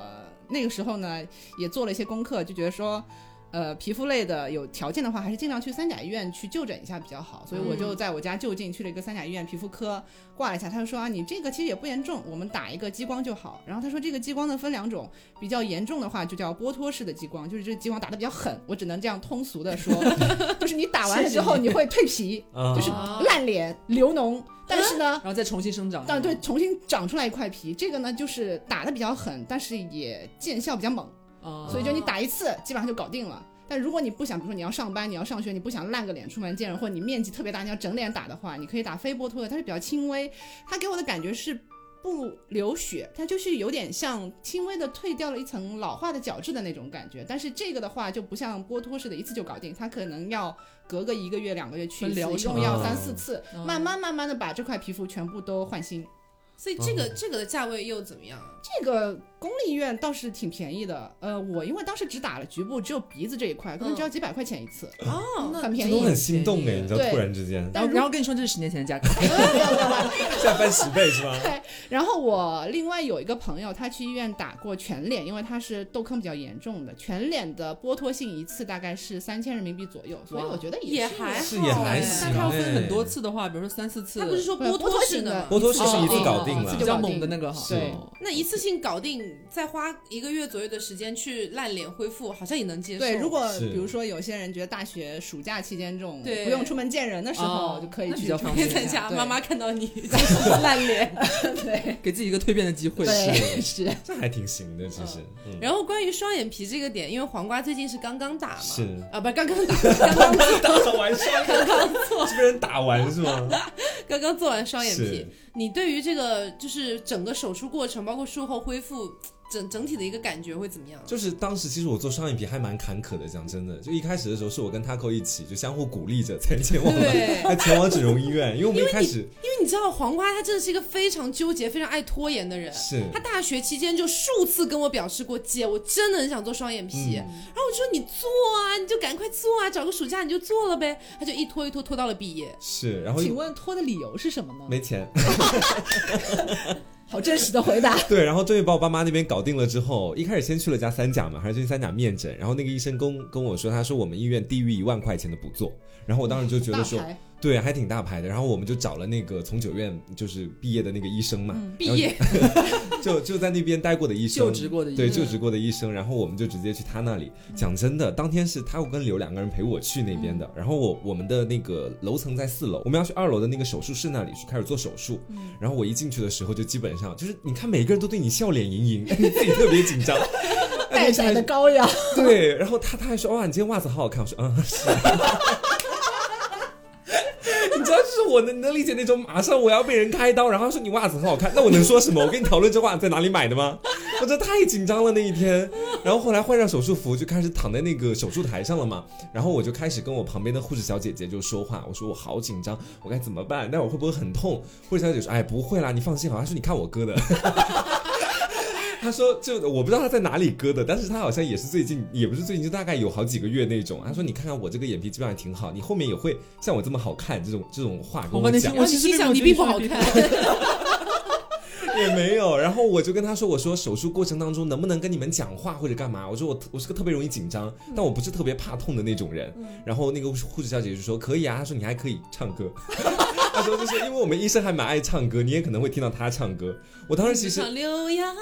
D: 那个时候呢也做了一些功课，就觉得说。呃皮肤类的有条件的话，还是尽量去三甲医院去就诊一下比较好。所以我就在我家就近去了一个三甲医院皮肤科挂了一下，他就说啊，你这个其实也不严重，我们打一个激光就好。然后他说这个激光呢分两种，比较严重的话就叫剥脱式的激光，就是这激光打的比较狠，我只能这样通俗的说，就是你打完了之后你会蜕皮，
B: 啊
D: 就是
A: 啊
D: 烂脸流脓，但是呢。
C: 然后再重新生长。
D: 但啊对，重新长出来一块皮，这个呢就是打的比较狠，但是也见效比较猛，
C: 啊，
D: 所以就你打一次基本上就搞定了。但如果你不想，比如说你要上班，你要上学，你不想烂个脸出门见人，或者你面积特别大，你要整脸打的话，你可以打非剥脱的，它是比较轻微。它给我的感觉是不流血，它就是有点像轻微的退掉了一层老化的角质的那种感觉。但是这个的话就不像剥脱式的一次就搞定，它可能要隔个一个月、两个月去一
C: 分
D: 次，
C: 疗
D: 一
C: 程
D: 共要
B: 啊
D: 三四次，
C: 嗯
D: 慢慢慢慢的把这块皮肤全部都换新。
A: 啊所以这个、这个的价位又怎么样啊？
D: 这个公立医院倒是挺便宜的，呃，我因为当时只打了局部，只有鼻子这一块，可能只要几百块钱一次，
A: 哦，那
D: 很便
B: 这
D: 宜。
B: 都很心动哎，
C: 便宜
B: 你知道，
D: 对
B: 突然之间
D: 但
C: 然后
D: 如
C: 然后跟你说这是十年前的价格，
B: 下翻十倍是吧？
D: 然后我另外有一个朋友，他去医院打过全脸，因为他是痘坑比较严重的，全脸的剥脱性一次大概是三千人民币左右，所以
C: 哇
D: 我觉得
A: 也
D: 是
A: 还
B: 是
A: 好
B: 也还
A: 哎
B: 行
C: 但它要分很多次的话，比如说三四次，
A: 他不是说
D: 对
A: 剥
D: 剥脱
A: 式
D: 性
A: 的
D: 的
A: 吗
B: 剥脱式是一次
D: 哦
B: 搞定了，
D: 哦
C: 比较猛的那个哈。
D: 是对
C: 哦
A: 那一次性搞定，再花一个月左右的时间去烂脸恢复，好像也能接受。
D: 对，如果
B: 是
D: 比如说有些人觉得大学暑假期间这种
A: 对
D: 不用出门见人的时候，
C: 哦
D: 就可以
C: 那比
D: 去
C: 较
D: 这
C: 方
D: 种
A: 别
C: 便
A: 在家，
D: 对
A: 妈妈看到 你就是烂脸。
D: 对
C: 给自己一个蜕变的机会。
D: 对是，
B: 这还挺行的，其实， 嗯，
A: 然后关于双眼皮这个点，因为黄瓜最近是刚刚打嘛，
B: 是
A: 啊，不是刚刚 打，刚刚
B: 打完双 眼皮，这被人打完是吗？
A: 刚刚做完双眼皮
B: 是。
A: 你对于这个就是整个手术过程，包括术后恢复，整整体的一个感觉会怎么样？
B: 就是当时其实我做双眼皮还蛮坎坷的，讲真的，就一开始的时候是我跟 Taco 一起就相互鼓励着才前往了，
A: 对
B: 才前往整容医院，因为我们一开始
A: 因为你知道黄瓜他真的是一个非常纠结、非常爱拖延的人。
B: 是
A: 他大学期间就数次跟我表示过，姐，我真的很想做双眼皮。然后我就说你做啊，你就赶快做啊，找个暑假你就做了呗。他就一拖一拖拖到了毕业。
B: 是，然后
D: 请问拖的理由是什么呢？
B: 没钱，
D: 好真实的回答。
B: 对，然后终于把我爸妈那边搞定了之后，一开始先去了家三甲嘛，还是去三甲面诊，然后那个医生跟跟我说，他说我们医院低于一万块钱的不做，然后我当时就觉
D: 大
B: 得说，
D: 牌
B: 对，还挺大牌的，然后我们就找了那个从九院就是毕业的那个医生嘛，
A: 毕业
B: 就就在那边待过的医生，
C: 就职过的医
D: 嗯
B: 对
C: 生
B: 就职过的医生，然后我们就直接去他那里。讲真的，当天是他跟刘两个人陪我去那边
D: 嗯
B: 的，然后我我们的那个楼层在四楼，我们要去二楼的那个手术室那里去开始做手术。
D: 嗯
B: 然后我一进去的时候，就基本上就是你看每个人都对你笑脸盈 盈，你自己特别紧 张，哎
D: 带起来的膏药，
B: 对，然后他他还说哇，你今天袜子好好看，我说嗯 是。你知道，就是我能能理解那种马上我要被人开刀，然后说你袜子很好看，那我能说什么？我跟你讨论这袜子在哪里买的吗？我真的太紧张了那一天。然后后来换上手术服，就开始躺在那个手术台上了嘛。然后我就开始跟我旁边的护士小姐姐就说话，我说我好紧张，我该怎么办？待会儿会不会很痛？护士小姐说，哎，不会啦，你放心好。她说你看我割的。 他说，就我不知道他在哪里割的，但是他好像也是最近，也不是最近，就大概有好几个月那种。他说，你看看我这个眼皮基本上挺好，你后面也会像我这么好看，这种这种话跟
C: 我把那
B: 讲
C: 些我其实
A: 心
C: 没有
A: 想你
C: 觉得
A: 并不好
C: 双眼皮
A: 看，
B: 也没有。然后我就跟他说，我说手术过程当中能不能跟你们讲话或者干嘛？我说我我是个特别容易紧张，但我不是特别怕痛的那种人。然后那个护士小姐就说可以啊，她说你还可以唱歌。 她说就是因为我们医生还蛮爱唱歌，你也可能会听到她唱歌。我当时其实
A: 像刘洋。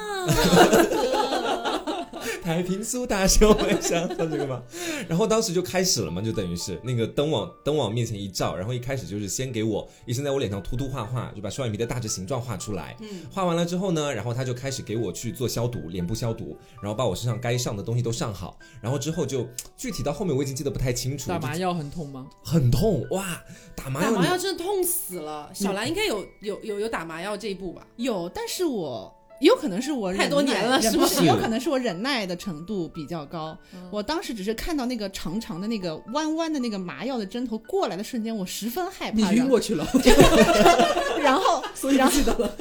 B: 太平苏大秀，我也想唱这个吗？然后当时就开始了嘛，就等于是那个灯往灯往面前一照，然后一开始就是先给我医生在我脸上涂涂画画，就把双眼皮的大致形状画出来。嗯，画完了之后呢，然后他就开始给我去做消毒，脸部消毒，然后把我身上该上的东西都上好，然后之后就具体到后面我已经记得不太清楚，
C: 打麻
B: 就
C: 药很痛吗？
B: 很痛哇，打麻
A: 打
B: 药
A: 麻
B: 你
A: 药真的痛死了，小兰应该有有有有打麻药这一步吧？
D: 有，但是我也有可能是我忍
A: 太多
D: 耐
A: 年了
D: 忍
A: 是
D: 不
A: 吗
D: 是有可能是我忍耐的程度比较高。我当时只是看到那个长长的那个弯弯的那个麻药的针头过来的瞬间，我十分害
C: 你
D: 怕。
C: 晕过去了，
D: 然后，
C: 所以不记得了。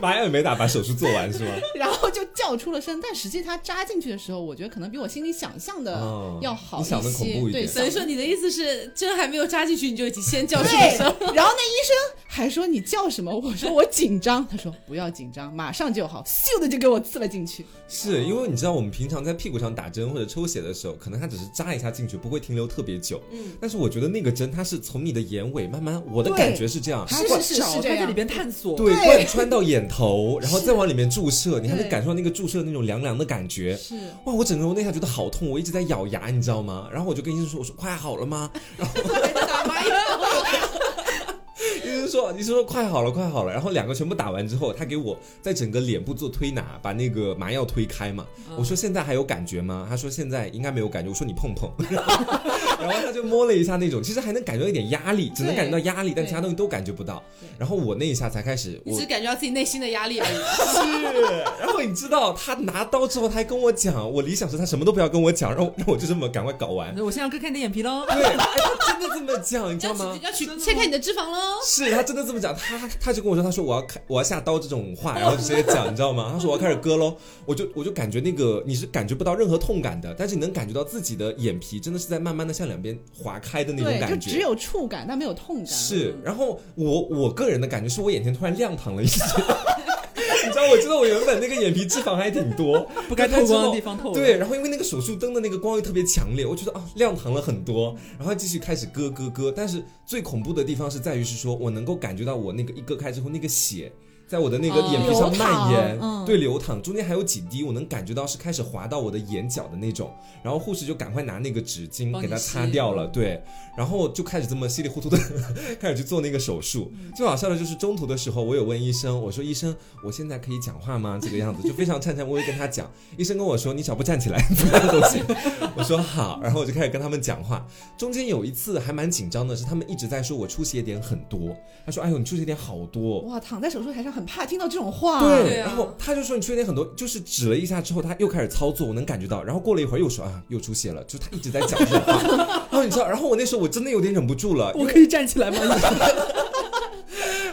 B: 麻药也没打，把手术做完是吗？
D: 然后就叫出了声。但实际它扎进去的时候，我觉得可能比我心里想象的
B: 哦
D: 要好
B: 你
D: 一些。
B: 想的恐怖一
D: 对，
B: 点
A: 所以说你的意思是，针还没有扎进去，你就已经先叫出了
D: 对
A: 声，，
D: 然后那医生还说你叫什么？我说我紧张。他说不要紧张，马上就好，咻的就给我刺了进去。
B: 是因为你知道我们平常在屁股上打针或者抽血的时候，可能它只是扎一下进去，不会停留特别久。
A: 嗯，
B: 但是我觉得那个针它是从你的眼尾慢慢，我的
D: 对
B: 感觉是这样，
D: 是
C: 它
D: 是是
C: 找
D: 是这
C: 它在
D: 样
C: 里边探索，
B: 对，
D: 对
B: 贯穿到眼头，然后
D: 是
B: 再往里面注射，你还能
D: 对
B: 感受到那个注射的那种凉凉的感觉。
D: 是，
B: 哇！我整个人我那下觉得好痛，我一直在咬牙，你知道吗？然后我就跟医生说：“我说快好了吗？”
A: 打麻 药，
B: 医生说，医生说快好了，快好了。然后两个全部打完之后，他给我在整个脸部做推拿，把那个麻药推开嘛。我说现在还有感觉吗？他说现在应该没有感觉。我说你碰碰，然后他就摸了一下那种，其实还能感觉到一点压力，只能感觉到压力，但其他东西都感觉不到。然后我那一下才开始，
A: 你
B: 我
A: 只感觉到自己内心的压力而已。
B: 是， 然后你知道他拿刀之后，他还跟我讲，我理想是他什么都不要跟我讲，让我让我就这么赶快搞完。
C: 我现在要割开你的眼皮 喽。
B: 对，哎他真的这么讲，你知道吗？
A: 要去切开你的脂肪喽！
B: 是他真的这么讲，他他就跟我说，他说我要开我要下刀这种话，然后直接讲，你知道吗？他说我要开始割喽，我就我就感觉那个你是感觉不到任何痛感的，但是你能感觉到自己的眼皮真的是在慢慢的向两边划开的那种
D: 对，就
B: 感
D: 只
B: 觉。
D: 有嗯触感，但没有痛感。
B: 是，然后我我个人的感觉是我眼前突然亮堂了一些， 你知道，我知道我原本那个眼皮脂肪还挺多，
C: 不该透光的地方透了
B: 对，然后因为那个手术灯的那个光又特别强烈，我觉得啊亮堂了很多，然后继续开始割割割。但是最恐怖的地方是在于是说我能够感觉到我那个一割开之后那个血。在我的那个
A: 哦
B: 眼皮上
D: 流
B: 蔓
D: 淌
B: 延，
D: 嗯
B: 对，流淌，中间还有几滴，我能感觉到是开始滑到我的眼角的那种，然后护士就赶快拿那个纸巾
C: 帮
B: 给
C: 你
B: 它擦
C: 吸
B: 掉了，对，然后就开始这么稀里糊涂的 开始去做那个手术。最好笑的就是中途的时候，我有问医生，我说医生，我现在可以讲话吗？这个样子就非常颤颤巍巍跟他讲。医生跟我说你少不站起来， 这样东西。我说好，然后我就开始跟他们讲话。中间有一次还蛮紧张的是，他们一直在说我出血点很多，他说哎呦你出血点好多，
D: 哇，躺在手术台上很怕听到这种话。
B: 对，
C: 对啊
B: 然后他就说你出血点很多，就是指了一下之后，他又开始操作，我能感觉到。然后过了一会儿又说啊，又出血了，就他一直在讲这种 话。然后你知道，然后我那时候我真的有点忍不住了，
C: 我可以站起 来吗？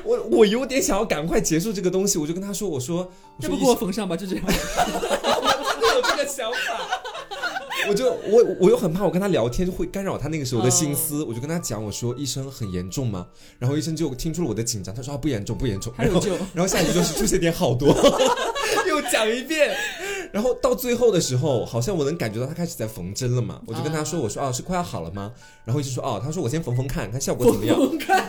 B: 我我有点想要赶快结束这个东西，我就跟他说，我说，我说
C: 要不
B: 医
C: 给我缝上吧，就 这样。啊
B: 生有这个想法。 我就我我又很怕我跟他聊天会干扰他那个时候的心思，我就跟他讲我说医生很严重吗？然后医生就听出了我的紧张，他说啊不严重不严重，
C: 还
B: 然
C: 有
B: 后
C: 救
B: 然后下一句就是出血点好多， 又讲一遍。然后到最后的时候，好像我能感觉到他开始在缝针了嘛，我就跟他说：“我说啊，是快要好了吗？”然后医生说：“哦，他说我先缝缝看看效果怎么样。”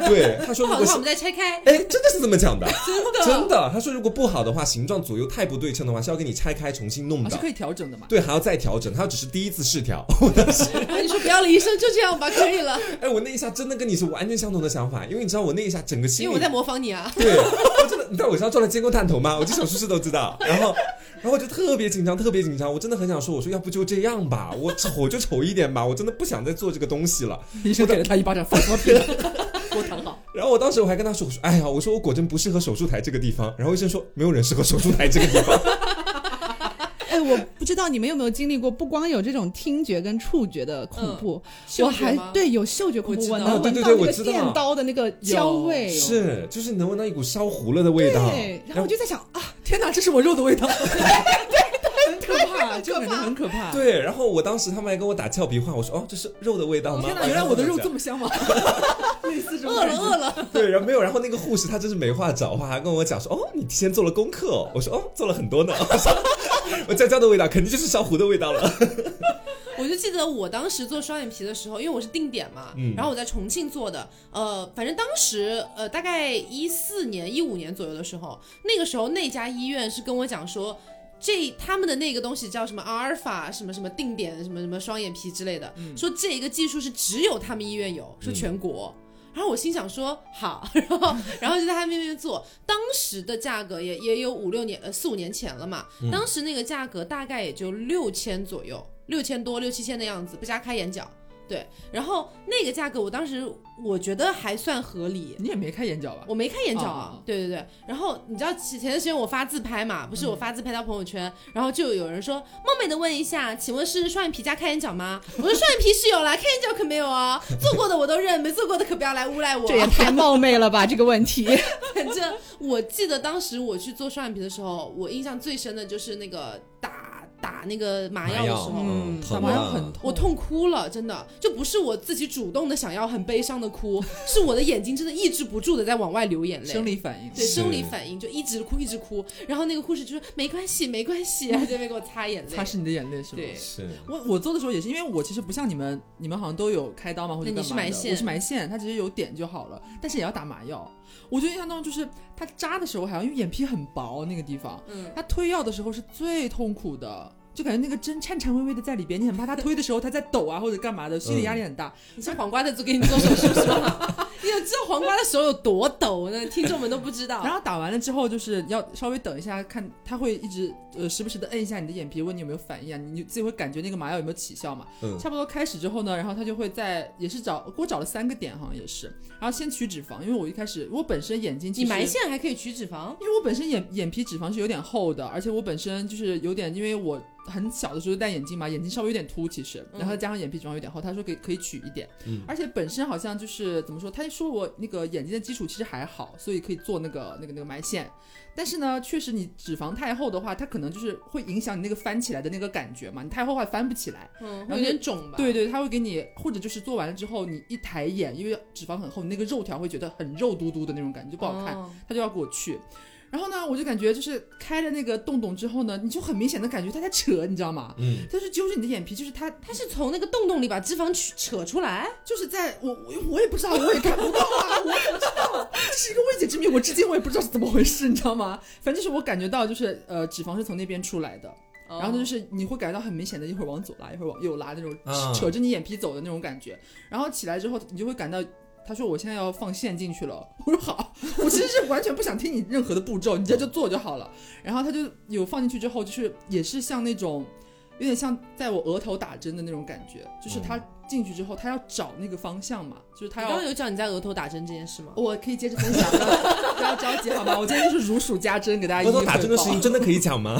B: 对，他说
A: 不好
B: 如果
A: 的
B: 是
A: 话，我们再拆开。
B: 哎，真的是这么讲的，
A: 真的
B: 真的。他说如果不好的话，形状左右太不对称的话，是要给你拆开重新弄
C: 啊
B: 的
C: 是。可以调整的嘛？
B: 对，还要再调整，他只是第一次试调。
A: 然后你说不要了，医生就这样吧，可以了，
B: 哎，我那一下真的跟你是完全相同的想法，因为你知道我那一下整个心
A: 因
B: 里
A: 为我在模仿你啊。
B: 对，我真的，你知道我身上撞了监控探头吗？我 这手术室都知道。然后，然后我就特别紧张，特别紧张。我真的很想说，我说要不就这样吧，我丑就丑一点吧，我真的不想再做这个东西了。
C: 医生给了他一巴掌，放我屁了，给我躺好。
B: 然后我当时我还跟他说，我说，哎呀，我说我果真不适合手术台这个地方。然后医生说，没有人适合手术台这个地方。
D: 哎，我不知道你们有没有经历过，不光有这种听觉跟触觉的恐怖，
A: 嗅
D: 我
A: 觉
D: 还
A: 吗
D: 对有嗅觉恐怖，
C: 我知
D: 我
C: 道
D: 能
B: 哦对
D: 闻
B: 对
D: 到
B: 对
D: 那
B: 我
D: 个
B: 知道
D: 电刀的那个焦
C: 有
D: 味，
B: 是，就是你能闻到一股烧糊了的味道。
D: 哎对，然后我就在想啊，
C: 天哪，这是我肉的味 道，很可怕，这种感觉很可怕。
B: 对，然后我当时他们还跟我打俏皮话，我说哦，这是肉的味道吗？哎
C: 天哪，原来我的肉这么香吗？ 类似这种感觉。饿了，饿了。
B: 对，然后没有，然后那个护士她真是没话找话，还跟我讲说，哦，你提前做了功课、哦，我说哦，做了很多呢， 我说我焦焦的味道肯定就是烧糊的味道了，
A: 我就记得我当时做双眼皮的时候，因为我是定点嘛，
B: 嗯
A: 然后我在重庆做的，呃，反正当时呃大概一四年、一五年左右的时候，那个时候那家医院是跟我讲说。这他们的那个东西叫什么阿尔法什么什么定点什么什么双眼皮之类的，说这一个技术是只有他们医院有，说全国。然后我心想说好， 然后然后就在他们那边做，当时的价格也也有五六年呃四五年前了嘛，当时那个价格大概也就六千左右，六千多六七千的样子，不加开眼角。对，然后那个价格我当时我觉得还算合理，
C: 你也没开眼角吧？
A: 我没看眼角啊，
C: 哦
A: 对对对。然后你知道前前段时间我发自拍嘛，不是我发自拍到朋友圈，然后就有人说冒昧的问一下，请问是双眼皮加开眼角吗？我说双眼皮是有 啦，开眼角可没有哦。做过的我都认，没做过的可不要来诬赖我。
D: 这也太冒昧了吧？这个问题，
A: 反正我记得当时我去做双眼皮的时候，我印象最深的就是那个打打打那个麻药的时候，
B: 嗯，
C: 打
B: 疼
C: 麻药
B: 啊
C: 很痛，
A: 我痛哭了，真的，就不是我自己主动的想要很悲伤的哭，是我的眼睛真的抑制不住的在往外流眼泪。
C: 生理反应。
A: 对
B: 是
A: 生理反应就一直哭一直哭，然后那个护士就说没关系没关系，在那边给我擦眼泪。
C: 擦拭你的眼泪是吗？
A: 对
B: 是
C: 我我做的时候也是，因为我其实不像你们，你们好像都有开刀嘛，或者
A: 那你
C: 干
A: 是
C: 嘛的。
A: 埋线
C: 我是埋线，它直接有点就好了，但是也要打麻药。我就印象当中就是它扎的时候，好像因为眼皮很薄那个地方，
A: 嗯，
C: 它推药的时候是最痛苦的，就感觉那个针颤颤巍巍的在里边，你很怕它推的时候它在抖啊或者干嘛的，心理压力很大。
A: 你是黄瓜在做给你做手术是吗？ 你有知道黄瓜的手有多抖呢？听众们都不知道。
C: 然后打完了之后，就是要稍微等一下，看它会一直呃时不时的摁一下你的眼皮，问你有没有反应啊，你你自己会感觉那个麻药有没有起效嘛。
B: 嗯
C: 差不多开始之后呢，然后他就会在也是找给我找了三个点，好像也是，然后先取脂肪，因为我一开始我本身眼睛其
A: 你
C: 实
A: 埋。线还可以取脂肪，
C: 因为我本身眼眼皮脂肪是有点厚的，而且我本身就是有点，因为我很小的时候就戴眼镜嘛，眼睛稍微有点凸，其实，
A: 嗯
C: 然后加上眼皮脂肪有点厚，他说可以可以取一点，
B: 嗯
C: 而且本身好像就是怎么说，他就说我那个眼睛的基础其实还好，所以可以做那个那个那个埋线，但是呢，确实你脂肪太厚的话，它可能就是会影响你那个翻起来的那个感觉嘛，你太厚的话翻不起来，
A: 嗯，
C: 然后
A: 会有点肿吧？
C: 对，对，他会给你，或者就是做完了之后，你一抬眼，因为脂肪很厚，你那个肉条会觉得很肉嘟嘟的那种感觉，就不好看，
A: 哦
C: 他就要给我去。然后呢，我就感觉就是开了那个洞洞之后呢，你就很明显的感觉他在扯，你知道吗？
B: 嗯
C: 他是揪着你的眼皮，就是他，
A: 它是从那个洞洞里把脂肪取扯出来，
C: 就是在我我我也不知道，我也看不到啊，我也不知道，这是一个未解之谜，我至今我也不知道是怎么回事，你知道吗？反正就是我感觉到就是呃脂肪是从那边出来的，然
A: 哦
C: 后它就是是你会感觉到很明显的，一会儿往左拉，一会儿往右拉那种
B: 啊
C: 扯着你眼皮走的那种感觉。然后起来之后，你就会感到，他说我现在要放线进去了。 我说好，我其实是完全不想听你任何的步骤，你直接就做就好了。然后他就有放进去之后，就是也是像那种，有点像在我额头打针的那种感觉，就是
B: 嗯
C: 他进去之后，他要找那个方向嘛，就是他
A: 你刚
C: 要
A: 刚。有讲你在额头打针这件事吗？
C: 我可以接着分享，不要 不要着急好吗？我今天就是如数家珍，给大家一一
B: 额头
C: 汇报。
B: 打针的事情真的可以讲吗？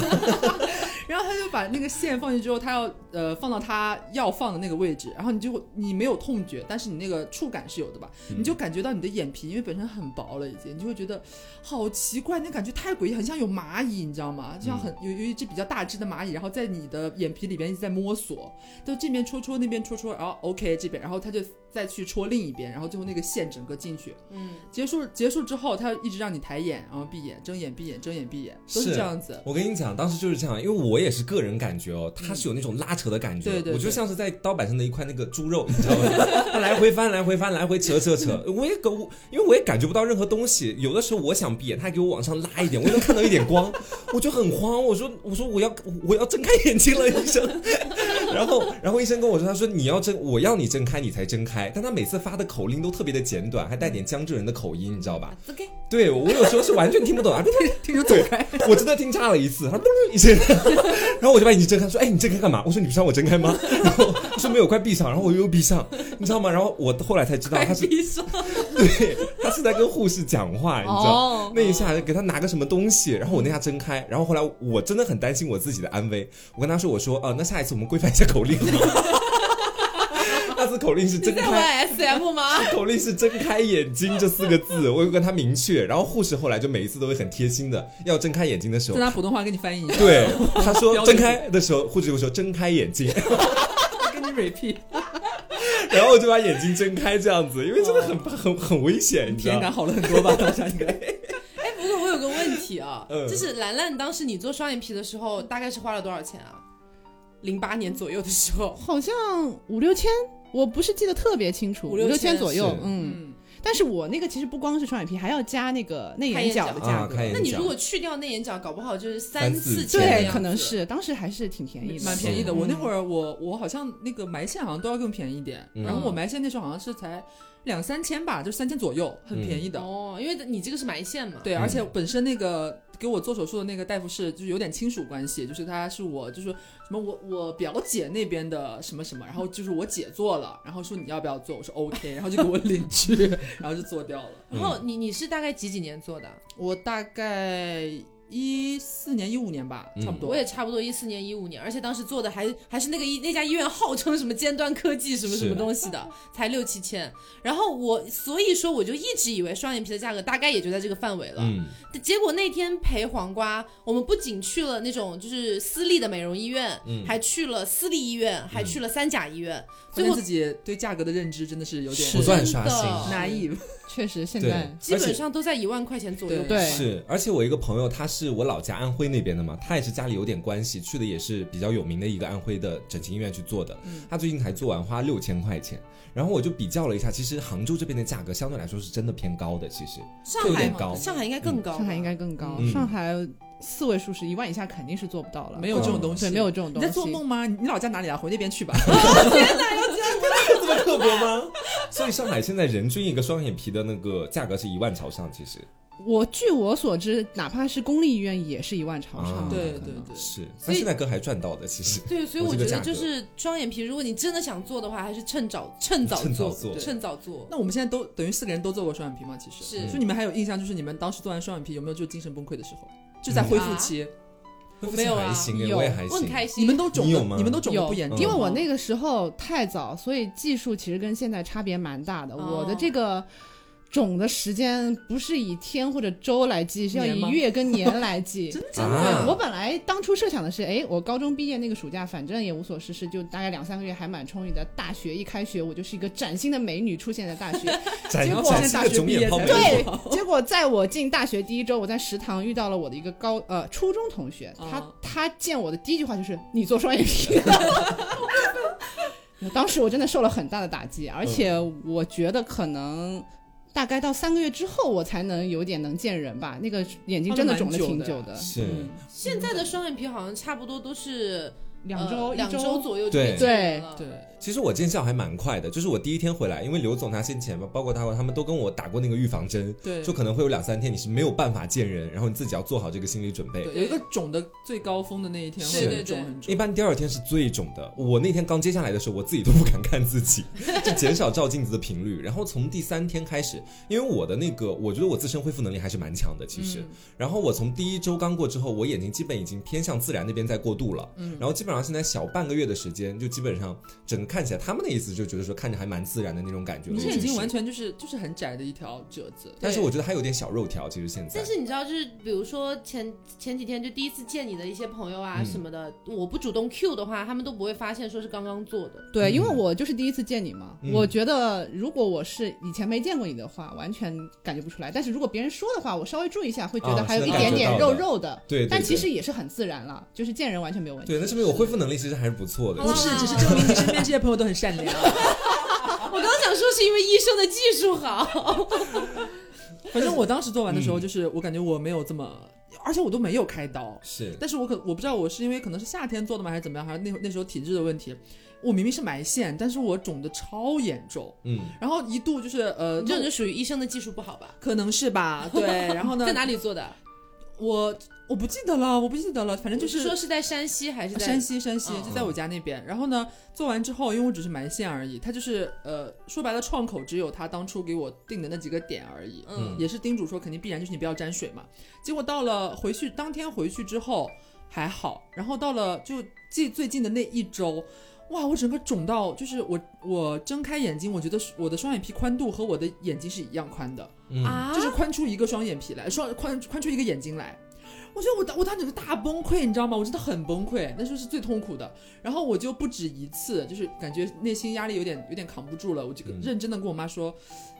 C: 然后他就把那个线放进去之后，他要呃放到他要放的那个位置，然后你就会你没有痛觉，但是你那个触感是有的吧？
B: 嗯
C: 你就感觉到你的眼皮，因为本身很薄了已经，你就会觉得好奇怪，那感觉太诡异，很像有蚂蚁，你知道吗？就像很
B: 嗯
C: 有有一只比较大只的蚂蚁，然后在你的眼皮里边一直在摸索，到这边戳戳那边戳戳，然后 OK 这边，然后他就再去戳另一边，然后最后那个线整个进去。
A: 嗯，
C: 结束结束之后，他一直让你抬眼，然后闭眼，睁眼闭眼，睁眼闭眼，都
B: 是
C: 这样子。
B: 我跟你讲，当时就是这样，因为我也是个人感觉哦，它是有那种拉扯的感觉，
C: 嗯对对
B: 我就
C: 对
B: 像是在刀板上的一块那个猪肉，你 知道吗？它来回翻，来回翻，来回扯扯扯，我也感，因为我也感觉不到任何东西。有的时候我想闭眼，它还给我往上拉一点，我也能看到一点光，我就很慌，我说我说我要 我要睁开眼睛了，医生。 然后然后医生跟我说，他说你要睁，我要你睁开，你才睁开。但他每次发的口令都特别的简短，还带点江浙人的口音，你知道吧？
A: ，OK，
B: 对我有时候是完全听不 懂啊，
C: 听着走开。
B: 我真的听差了一次，他说一声， 然后我就把眼睛睁开，说：“哎，你睁开干嘛？”我说：“你不是让我睁开吗？” 然后他说：“没有，快闭上。”然后我又闭上，你知道吗？然后我后来才知道他是
A: 闭上。
B: 对，他是在跟护士讲话，你知道。
A: 哦，
B: 那一下给他拿个什么东西，然后我那下睁开，然后后来我真的很担心我自己的安危，我跟他说：“我说，呃，那下一次我们规范一下口令。” 那次口令是
A: 你
B: 睁
A: 在
B: 开，
A: 玩 SM 吗？
B: 口令是睁开眼睛这四个字，我有跟他明确。然后护士后来就每一次都会很贴心的，要睁开眼睛的时候
C: 就，拿普通话给你翻译一下，
B: 对，他说
C: 标
B: 睁
C: 准
B: 开的时候，护士就说睁开眼睛，
C: 跟你 repeat。
B: 然后我就把眼睛睁开这样子，因为真的很很很危 险，你知
C: 体验
B: 道
C: 感。好了很多吧？大家 应该。
A: 哎，不过我有个问题啊，
B: 嗯
A: 就是兰兰当时你做双眼皮的时候，大概是花了多少钱啊？零八年左右的时 候，
D: 好像五六千，我不是记得特别清楚，
A: 五
D: 五
A: 六千
D: 千左右
B: 是，
D: 嗯。
C: 嗯，
D: 但是我那个其实不光是双眼皮，还要加那个内眼角的
A: 开
D: 价
B: 啊，
D: 格，
B: 开眼
A: 那你如
B: 角
A: 果去掉内眼角，搞不好就是三
B: 三四
A: 千
B: 千
A: 的
D: 对，
A: 样
D: 可能
A: 子
D: 是当时还是挺便宜的，
C: 蛮便宜的。
B: 嗯
C: 我那会
D: 儿
C: 儿我我好像那个埋线好像都要更便宜一点，
B: 嗯
C: 然后我埋线那时候好像是才两三千吧，就三千左右，很便宜的。
A: 哦，因为你这个是埋线嘛。，
C: 对，
B: 嗯
C: 而且本身那个给我做手术的那个大夫是就是有点亲属关系，就是他是我就是什么我我表姐那边的什么什么，然后就是我姐做了，然后说你要不要做，我说 OK，然后就给我领 去，然后就做掉了。
A: 然后你你是大概几几年做的？
C: 我大概一四年一五年吧，
B: 嗯
C: 差不多。
A: 我也差不多一四年一五年，而且当时做的还还是那个医那家医院号称什么尖端科技什么什么
B: 是
A: 东西的，才六七千。然后我所以说我就一直以为双眼皮的价格大概也就在这个范围了。
B: 嗯，
A: 但结果那天陪黄瓜，我们不仅去了那种就是私立的美容医院，
B: 嗯
A: 还去了私立医院，还去了三甲医院，
C: 发
A: 最
C: 现
A: 后
C: 自己对价格的认知真的是有点
D: 是
B: 不算
A: 真
B: 刷
A: 的
B: 新，
C: 难以。
D: 确实现在
A: 基
B: 而且
A: 本上都在一万块钱左右。
C: 对
D: 对
B: 是，而且我一个朋友，他是我老家安徽那边的嘛，他也是家里有点关系，去的也是比较有名的一个安徽的整形医院去做的。他最近才做完，花六千块钱。然后我就比较了一下，其实杭州这边的价格相对来说是真的偏高的，其实
A: 上
B: 有
A: 海
B: 点
A: 嘛
B: 高
A: 上海应该更高吧，
D: 上海应该更高，
B: 嗯
D: 上海四位数是一万以下肯定是做不到了，
C: 没有这
B: 嗯
C: 种东西，
D: 对，没有这种
C: 你
D: 东
C: 在
D: 西。
C: 做梦吗？你老家哪里啊？回那边去吧。
B: 这么刻薄吗？ 所以上海现在人均一个双眼皮的那个价格是一万朝上，其实
D: 我据我所知，哪怕是公立医院也是一万朝上。
B: 啊
C: 对对对
B: 是。
A: 所
B: 但
A: 以嗯
B: 现在哥还赚到的，其 实
A: 对，所以
B: 我
A: 我
B: 这个
A: 觉得
B: 价
A: 就
B: 格
A: 是双眼皮，如果你真的想做的话，还是趁早趁早
B: 趁早
A: 做，
B: 做
A: 对趁早做。
C: 那我们现在都等于四个人都做过双眼皮吗？其实
A: 是
C: 就你们还有印象，就是你们当时做完双眼皮有没有就精神崩溃的时候？嗯啊就在恢复期，
A: 没有啊
B: 还行欸，
D: 有
B: 我也还
A: 我很
B: 行。
A: 开
C: 你
A: 心，
C: 们都肿
B: 你
C: 的
B: 有吗，
C: 你们都肿的
D: 有
C: 不
B: 嗯
C: 严重吗，
D: 因为我那个时候太早，所以技术其实跟现在差别蛮大的。
A: 哦
D: 我的这个肿的时间不是以天或者周来计，是要
C: 年
D: 以
C: 吗
D: 月跟年来计。
C: 真
B: 的
C: 真
B: 啊
C: 的，
D: 我本来当初设想的是，哎，我高中毕业那个暑假，反正也无所事事，就大概两三个月还蛮充裕的。大学一开学，我就是一个崭新的美女出现在大学，
B: 展
D: 结果
B: 展现
C: 现在
B: 的
C: 大学
B: 肿
C: 毕
B: 眼
C: 业
B: 泡
C: 才
B: 没
C: 做
B: 有
D: 对， 结果在我进大学第一周，我在食堂遇到了我的一个高呃初中同学，他、
C: 啊
D: 他见我的第一句话就是你做双眼皮了。我 当时我真的受了很大的打击，而且我觉得可能大概到三个月之后，我才能有点能见人吧。那个眼睛真的肿了挺久的，
B: 是
C: 嗯
A: 现在的双眼皮好像差不多都是
D: 两周、
A: 呃
D: 一
A: 两周左右就
B: 对
A: 可以见人了
C: 对，
B: 其实我见效还蛮快的，就是我第一天回来，因为刘总他先前吧，包括他他们都跟我打过那个预防针，
C: 对
B: 就可能会有两三天你是没有办法见人，然后你自己要做好这个心理准备。
C: 对，有一个肿的最高峰的那一天，
B: 是
C: 会
B: 对
C: 很
A: 对对
C: 肿很
B: 一
C: 肿。
B: 般第二天是最肿的，我那天刚接下来的时候，我自己都不敢看自 己，就减少照镜子的频率。然后从第三天开始，因为我的那个，我觉得我自身恢复能力还是蛮强的，其实。
C: 嗯
B: 然后我从第一周刚过之后，我眼睛基本已经偏向自然那边在过渡了。嗯。然后基本上现在小半个月的时间，就基本上整个看起来，他们的意思就觉得说看着还蛮自然的那种感觉了。
C: 你现在
B: 已
C: 已经
B: 是
C: 完全就是就是很窄的一条褶子，
B: 但是我觉得还有点小肉条，其实现在。
A: 但是你知道，就是比如说前前几天就第一次见你的一些朋友啊
B: 嗯
A: 什么的，我不主动 Q 的话，他们都不会发现说是刚刚做的。
D: 对，因为
B: 嗯
D: 我就是第一次见你嘛，
B: 嗯
D: 我觉得如果我是以前没见过你的话，完全感觉不出来。但是如果别人说的话，我稍微注意一下，会觉
B: 啊
D: 得还有
B: 是
D: 一
B: 能
D: 点
B: 感觉
D: 点
B: 到
D: 肉
B: 的
D: 肉的。
B: 对对
D: 但其
B: 对
D: 实也是很自然了，就是见人完全没有问题。
B: 对，那说明我恢复能力其实还是不错的。
A: 不是只是
C: 证明你身边这些朋友都很善良。啊
A: 我刚想说是因为医生的技术 好，
C: 反正我当时做完的时
A: 嗯
C: 候，就是我感觉我没有这么，而且我都没有开刀，
B: 是
C: 但是我可我不知道我是因为可能是夏天做的吗，还是怎么样，还是那会那时候体质的问题。我明明是埋线，但是我肿的超严重，
B: 嗯，
C: 然后一度就是呃，
A: 你这种
C: 弄
A: 就属于医生的技术不好吧？
C: 可能是 吧，对。然后呢，
A: 在哪里做的？
C: 我我不记得了，我不记得了，反正就
A: 你
C: 是
A: 说是在山西还是在
C: 山？西山西
A: 嗯
C: 就在我家那边。然后呢，做完之后，因为我只是埋线而已，他就是呃，说白了创口只有他当初给我定的那几个点而已。
A: 嗯，
C: 也是叮嘱说，肯定必然就是你不要沾水嘛。结果到了回去当天回去之后还好，然后到了就最最近的那一周，哇，我整个肿到就是我我睁开眼睛，我觉得是我的双眼皮宽度和我的眼睛是一样宽的，
B: 嗯，
A: 啊，
C: 就是宽出一个双眼皮来，双宽宽出一个眼睛来。我觉得我当我当整个大崩溃，你知道吗？我真的很崩溃，那时候是最痛苦的。然后我就不止一次，就是感觉内心压力有点有点扛不住了，我就
B: 嗯
C: 认真的跟我妈说：“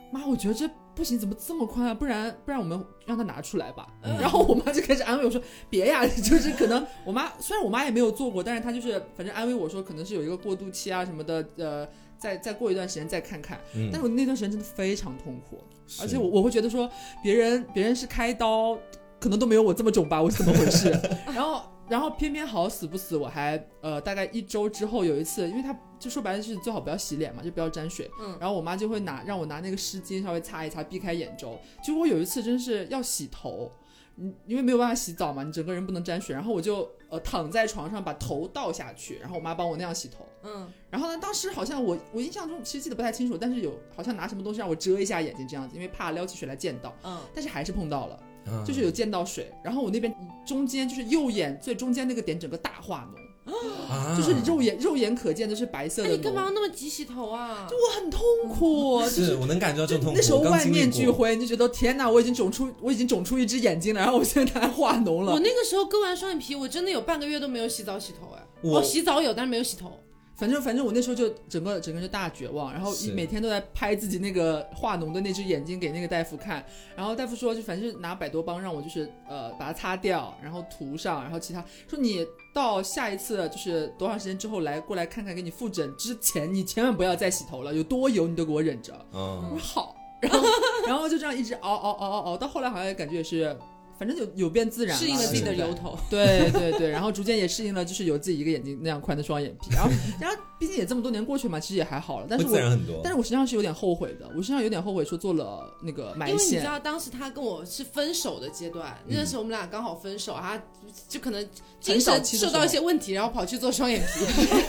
C: 妈，我觉得这不行，怎么这么宽啊？不然不然我们让它拿出来吧。
B: 嗯
C: 然后我妈就开始安慰我说：“别呀， 就是可能我妈虽然我妈也没有做过，但是她就是反正安慰我说可能是有一个过渡期啊什么的，呃，再再过一段时间再看看。
B: 嗯
C: 但是我那段时间真的非常痛苦，
B: 是
C: 而且我我会觉得说，别人别人是开刀，可能都没有我这么肿吧，我是怎么回事？然后然后偏偏好死不死，我还呃大概一周之后有一次，因为他就说白了是最好不要洗脸嘛，就不要沾水。
A: 嗯
C: 然后我妈就会拿让我拿那个湿巾稍微擦一擦，避开眼周。结果我有一次真是要洗头。嗯，因为没有办法洗澡嘛，你整个人不能沾水，然后我就呃躺在床上把头倒下去，然后我妈帮我那样洗头，
A: 嗯，
C: 然后呢，当时好像我我印象中其实记得不太清楚，但是有好像拿什么东西让我遮一下眼睛这样子，因为怕撩起水来溅到，
A: 嗯，
C: 但是还是碰到了。
B: 啊
C: 就是有溅到水，然后我那边中间就是右眼最中间那个点整个大化脓，
B: 啊，
C: 就是肉眼肉眼可见的是白色
A: 那
C: 的
A: 哎你
C: 脓
A: 干嘛要那么急洗头啊？
C: 就我很痛苦，就是
B: 我能感觉到这种痛苦。
C: 那时候
B: 我刚
C: 万
B: 经历
C: 念
B: 过
C: 俱灰，你就觉得天哪，我已经肿出我已经肿出一只眼睛了，然后我现在还化脓
A: 我
C: 了。
A: 那个时候割完双眼皮，我真的有半个月都没有洗澡洗头哎，
B: 我
A: 哦、洗澡有，但是没有洗头。
C: 反正反正我那时候就整个整个就大绝望，然后
B: 是
C: 每天都在拍自己那个化脓的那只眼睛给那个大夫看，然后大夫说就反正是拿百多邦让我就是呃把它擦掉，然后涂上，然后其他说你到下一次就是多长时间之后来过来看看给你复诊之前，你千万不要再洗头了，有多油你都给我忍着。我
B: 嗯
C: 说好，然后然后就这样一直熬熬熬熬熬，到后来好像也感觉也是，反正有有变自然，
A: 适应了自己的
B: 是
A: 油。头，
C: 对对对，然后逐渐也适应了，就是有自己一个眼睛那样宽的双眼皮，然后然后毕竟也这么多年过去嘛，其实也还好了。但
B: 会
C: 是
B: 自然
C: 我
B: 很多。
C: 但是我身上是有点后悔的，我身上有点后悔说做了那个埋
A: 因为你知
C: 线，
A: 道当时他跟我是分手的阶段，
B: 嗯
A: 那时候我们俩刚好分手，他就可能精
C: 很早
A: 神
C: 期的时
A: 受
C: 候
A: 到一些问题，然后跑去做双眼 皮。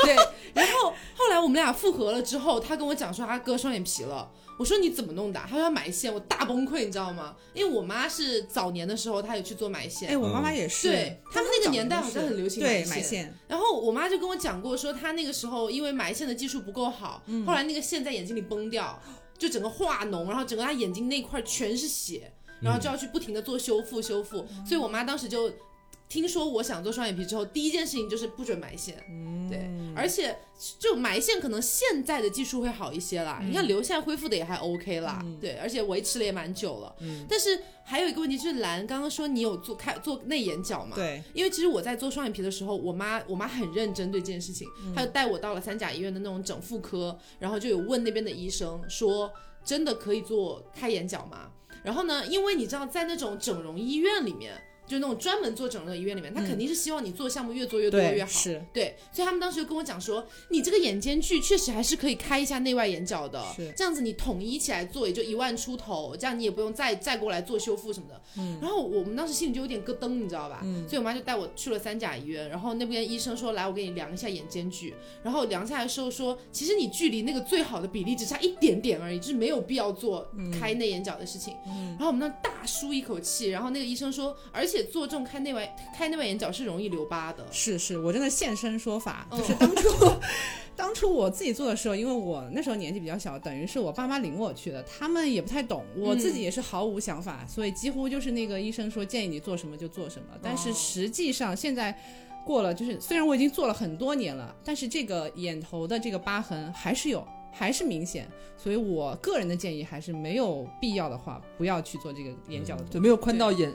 A: 对，然后后来我们俩复合了之后，他跟我讲说他割双眼皮了。我说你怎么弄的啊？他说他埋线，我大崩溃，你知道吗？因为我妈是早年的时候她也去做埋线，
E: 哎，我妈妈也是，
D: 嗯
A: 对他们那个年代好像很流行
E: 对
A: 埋
E: 埋
A: 线
E: 线，
A: 然后我妈就跟我讲过，说她那个时候因为埋线的技术不够好，后来那个线在眼睛里崩掉，就整个化脓，然后整个她眼睛那块全是血，然后就要去不停的做修复修复。所以我妈当时就听说我想做双眼皮之后，第一件事情就是不准埋线。对，而且就埋线可能现在的技术会好一些啦，你看流线恢复的也还 OK 啦，对，而且维持了也蛮久了。但是还有一个问题就是兰刚刚说你有做开做内眼角嘛？
E: 对，
A: 因为其实我在做双眼皮的时候，我妈我妈很认真对这件事情，
E: 嗯
A: 她就带我到了三甲医院的那种整复科，然后就有问那边的医生说，真的可以做开眼角吗？然后呢，因为你知道在那种整容医院里面，就那种专门做整容的医院里面，他肯定是希望你做项目越做越多越
E: 嗯对
A: 好。
E: 是
A: 对，所以他们当时就跟我讲说，你这个眼间距确实还是可以开一下内外眼角的
E: 是，
A: 这样子你统一起来做也就一万出头，这样你也不用再再过来做修复什么的。然后我们当时心里就有点咯噔，你知道吧？所以我妈就带我去了三甲医院，然后那边医生说来，我给你量一下眼间距，然后量下来的时候说，其实你距离那个最好的比例只差一点点而已，就是没有必要做开内眼角的事情。然后我们那大舒一口气，然后那个医生说，而且做这种开内外开内外眼角是容易留疤的。
E: 是是，我真的现身说法，
A: 嗯
E: 就是当初 当初我自己做的时候，因为我那时候年纪比较小，等于是我爸妈领我去的，他们也不太懂，我自
A: 嗯
E: 己也是毫无想法，所以几乎就是那个医生说建议你做什么就做什么，但
A: 哦
E: 是实际上现在。过了，就是虽然我已经做了很多年了，但是这个眼头的这个疤痕还是有，还是明显，所以我个人的建议还是没有必要的话，不要去做这个眼角的动作
C: 嗯对，没有宽到眼，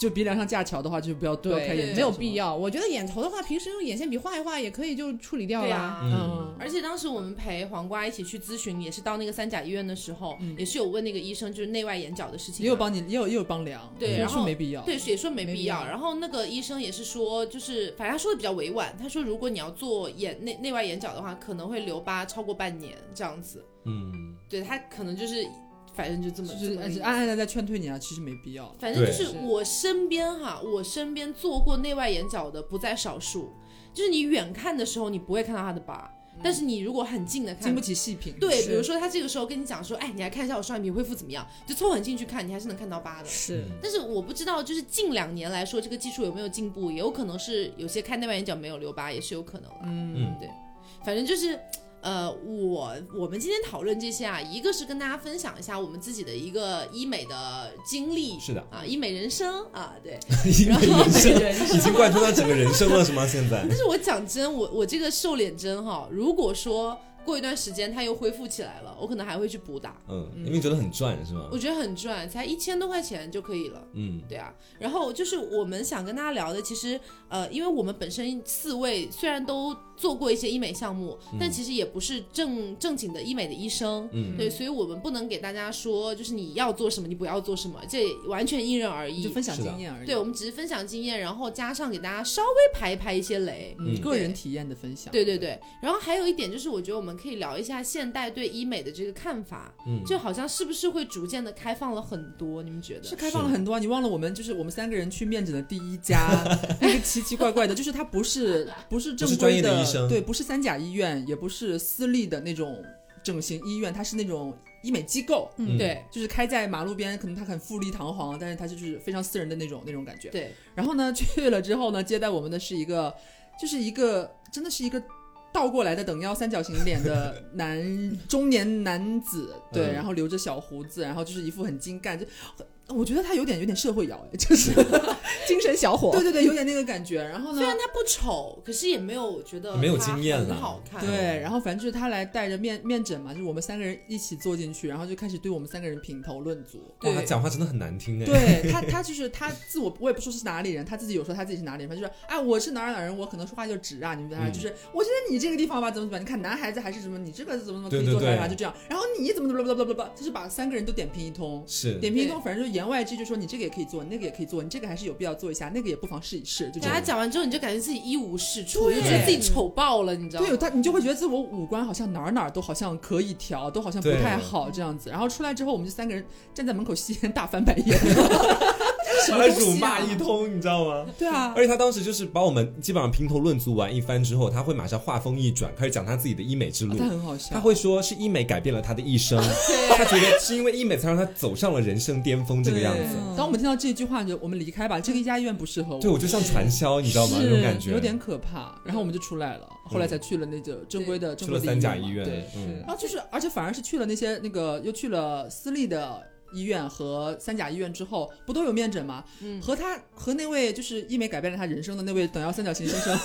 C: 就鼻梁上架桥的话，就是不要不要开眼
E: 对，
C: 角，
E: 没有必。要。我觉得眼头的话，平时用眼线笔画一画也可以就处理掉
A: 对啊
E: 了。
A: 呀、
B: 嗯，
A: 而且当时我们陪黄瓜一起去咨询，也是到那个三甲医院的时候，也是有问那个医生就是内外眼角的事情嘛，
C: 嗯也有帮你，也有也有帮梁，
A: 对
C: 也
A: 然
C: 说
A: 后
C: 没必要。
A: 对，也说没
E: 没
A: 必
E: 必
A: 要。
E: 要
A: 然后那个医生也是说，就是反正他说的比较委婉，他说如果你要做眼内内外眼角的话，可能会留疤超过半年这样子。
B: 嗯，
A: 对他可能就是反正就这么
C: 就
A: 这
C: 是
A: 么个意思
C: 暗暗的在劝退你啊，其实没必要。
A: 反正就
B: 对
A: 是
E: 是
A: 我身边哈，我身边做过内外眼角的不在少数。就是你远看的时候，你不会看到他的疤，但是你如果很近的看
C: 嗯经不，起细品。
A: 对，
E: 是
A: 比如说他这个时候跟你讲说，哎，你来看一下我双眼皮恢复怎么样，就凑很近去看，你还是能看到疤的。
E: 是
B: 嗯
A: 但是我不知道，就是近两年来说，这个技术有没有进步，也有可能是有些开内外眼角没有留疤，也是有可能啦。
B: 嗯
A: 对，反正就是。呃，我我们今天讨论这些啊，一个是跟大家分享一下我们自己的一个医美的经历，
B: 是的
A: 啊，医美人生啊，对。
B: 因为人生
C: 人
B: 已经贯穿到整个人生了，是吗？现在
A: 但是我讲真，我我这个瘦脸针哈，如果说过一段时间它又恢复起来了，我可能还会去补打，
B: 嗯，因为觉得很赚，是吗
A: 我？觉得很赚，才一千多块钱就可以了。
B: 嗯，
A: 对啊，然后就是我们想跟大家聊的，其实呃，因为我们本身四位虽然都做过一些医美项目，
C: 嗯
A: 但其实也不是正正经的医美的医生，
B: 嗯
A: 对，所以我们不能给大家说就是你要做什么，你不要做什么，这完全因人而
C: 就
A: 异。
C: 分享
B: 是的
C: 经验而已。
A: 对，我们只是分享经验，然后加上给大家稍微排一排一些雷，
B: 嗯
C: 嗯，个人体验的分享。
A: 对对对，然后还有一点就是，我觉得我们可以聊一下现代对医美的这个看法，
B: 嗯
A: 就好像是不是会逐渐的开放了很多？你们觉得
B: 嗯
C: 是？开放了很多啊！你忘了我们就是我们三个人去面诊的第一 家，那个奇奇怪怪的，就是它不是不是正
B: 不是专
C: 规
B: 业的医生
C: 对，不是三甲医院，也不是私立的那种整形医院，它是那种医美机构，
B: 嗯
A: 对
C: 就是开在马路边，可能它很富丽堂皇，但是它就是非常私人的那种那种感觉。
A: 对，
C: 然后呢，去了之后呢，接待我们的是一个， 就是一个真的是一个倒过来的等腰三角形脸的男中年男子，对，
B: 嗯
C: 然后留着小胡子，然后就是一副很精干，就我觉得他有点有点社会摇，哎就是
E: 精神小伙
C: 对对对，有点那个感觉。然后呢
A: 虽，然他不丑，可是也没有觉得
B: 没有
A: 他
B: 经验啊
A: 很
B: 了
A: 好看。
C: 对，然后反正就是他来带着面面诊嘛，就是我们三个人一起坐进去，然后就开始对我们三个人品头论足。
B: 哇，他
A: 对
B: 讲话真的很难听哎。
C: 对他，他就是他自我，我也不说是哪里人，他自己有说他自己是哪里人，他就说，哎，我是哪儿哪儿人，我可能说话就直啊，你们
B: 嗯
C: 就是，我觉得你这个地方吧，怎么怎么样，你看男孩子还是什么，你这个怎么怎么可
B: 对
C: 以
B: 对
C: 做啥
B: 对
C: 啥，就这样，然后你怎么怎么怎么怎么怎么，就是把三个人都点评一通。
B: 是，
C: 点评一
A: 对
C: 通，反正就言外之意，就说你这个也可以做，你那个也可以做，你这个还是有必要做一下，那个也不妨试一试，就这
A: 大家
C: 样。
A: 讲完之后，你就感觉自己一无是处，
C: 对
A: 就觉得自己丑爆了，你知道吗
C: 对？他，你就会觉得自我五官好像哪儿哪儿都好像可以调，都好像不
B: 对
C: 太好这样子。然后出来之后，我们就三个人站在门口吸烟，大翻白 眼，什
B: 把他
C: 么东
B: 辱
C: 西啊
B: 骂？一通，你知道吗？
C: 对啊，
B: 而且他当时就是把我们基本上评头论足完一番之后，他会马上话锋一转，开始讲他自己的医美之
C: 啊
B: 路。
C: 他很好笑，
B: 他会说是医美改变了他的一 生，他觉得是因为医美才让他走上了人生巅峰这个样子。
C: 对当我们听到这句话，就我们离开吧，这个家医院不适合我。
B: 对，我就像传销，你知道吗？那种感觉。嗯
C: 有点可怕。然后我们就出来了，后来才去了那个正规的正
B: 去
C: 规
B: 了
C: 的
B: 三甲
C: 嘛
B: 医院，
C: 对，
B: 嗯，
C: 然后就是，而且反而是去了那些那个，又去了私立的医院和三甲医院之后，不都有面诊吗？
A: 嗯
C: 和他和那位就是医美改变了他人生的那位等腰三角形先 生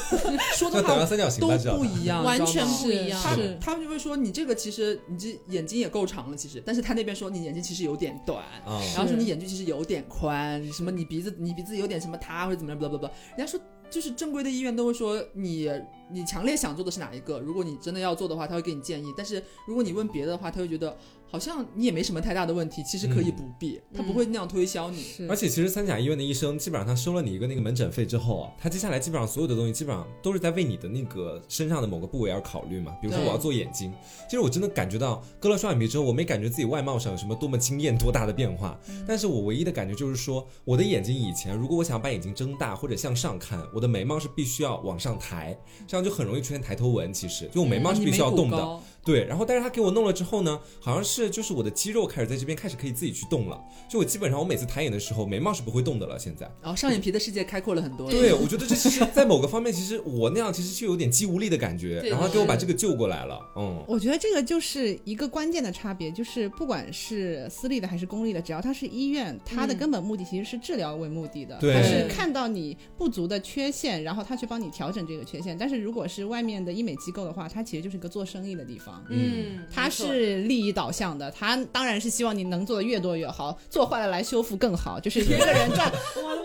C: 说
B: 就
C: 的
B: 等到
C: 话
B: 三角形
C: 都
B: 吧，知道
C: 不一样，
A: 完全
C: 不。
A: 不一样。
B: 是
C: 他他们就会说你这个其实你这眼睛也够长了，其实，但是他那边说你眼睛其实有点短，
B: 啊，
C: 然后说你眼距其实有点宽，什么你鼻子你鼻子有点什么塌或者怎么样，不不不，人家说就是正规的医院都会说你你强烈想做的是哪一个，如果你真的要做的话，他会给你建议，但是如果你问别的话，他会觉得好像你也没什么太大的问题，其实可
B: 嗯
C: 以不必，他
A: 嗯
C: 不会那样推销你。
B: 而且其实三甲医院的医生，基本上他收了你一个那个门诊费之后啊，他接下来基本上所有的东西，基本上都是在为你的那个身上的某个部位而考虑嘛。比如说
C: 对
B: 我要做眼睛，其实我真的感觉到割了双眼皮之后，我没感觉自己外貌上有什么多么惊艳、多大的变化，
C: 嗯
B: 但是我唯一的感觉就是说，我的眼睛以前如果我想把眼睛睁大或者向上看，我的眉毛是必须要往上抬，这样就很容易出现抬头纹。其实就我眉毛是
C: 嗯你
B: 必
C: 眉
B: 须要
C: 骨
B: 动的，
C: 高
B: 对，然后但是他给我弄了之后呢，好像是就是我的肌肉开始在这边开始可以自己去动了，就我基本上我每次抬眼的时候眉毛是不会动的了。现在，
C: 然后上眼皮的世界开阔了很多。
B: 对哦我觉得这其实，在某个方面，其实我那样其实是有点肌无力的感觉，
A: 对
B: 然后他给我把
A: 是
B: 这个救过来了，嗯，
D: 我觉得这个就是一个关键的差别，就是不管是私立的还是公立的，只要它是医院，它的
A: 嗯
D: 根本目的其实是治疗为目的的，
B: 对
D: 它是看到你不足的缺陷，然后他去帮你调整这个缺陷。但是如果是外面的医美机构的话，它其实就是个做生意的地方。
A: 嗯，
D: 它是利益导向的，它当然是希望你能做的越多越好，做坏了来修复更好，就是一个人赚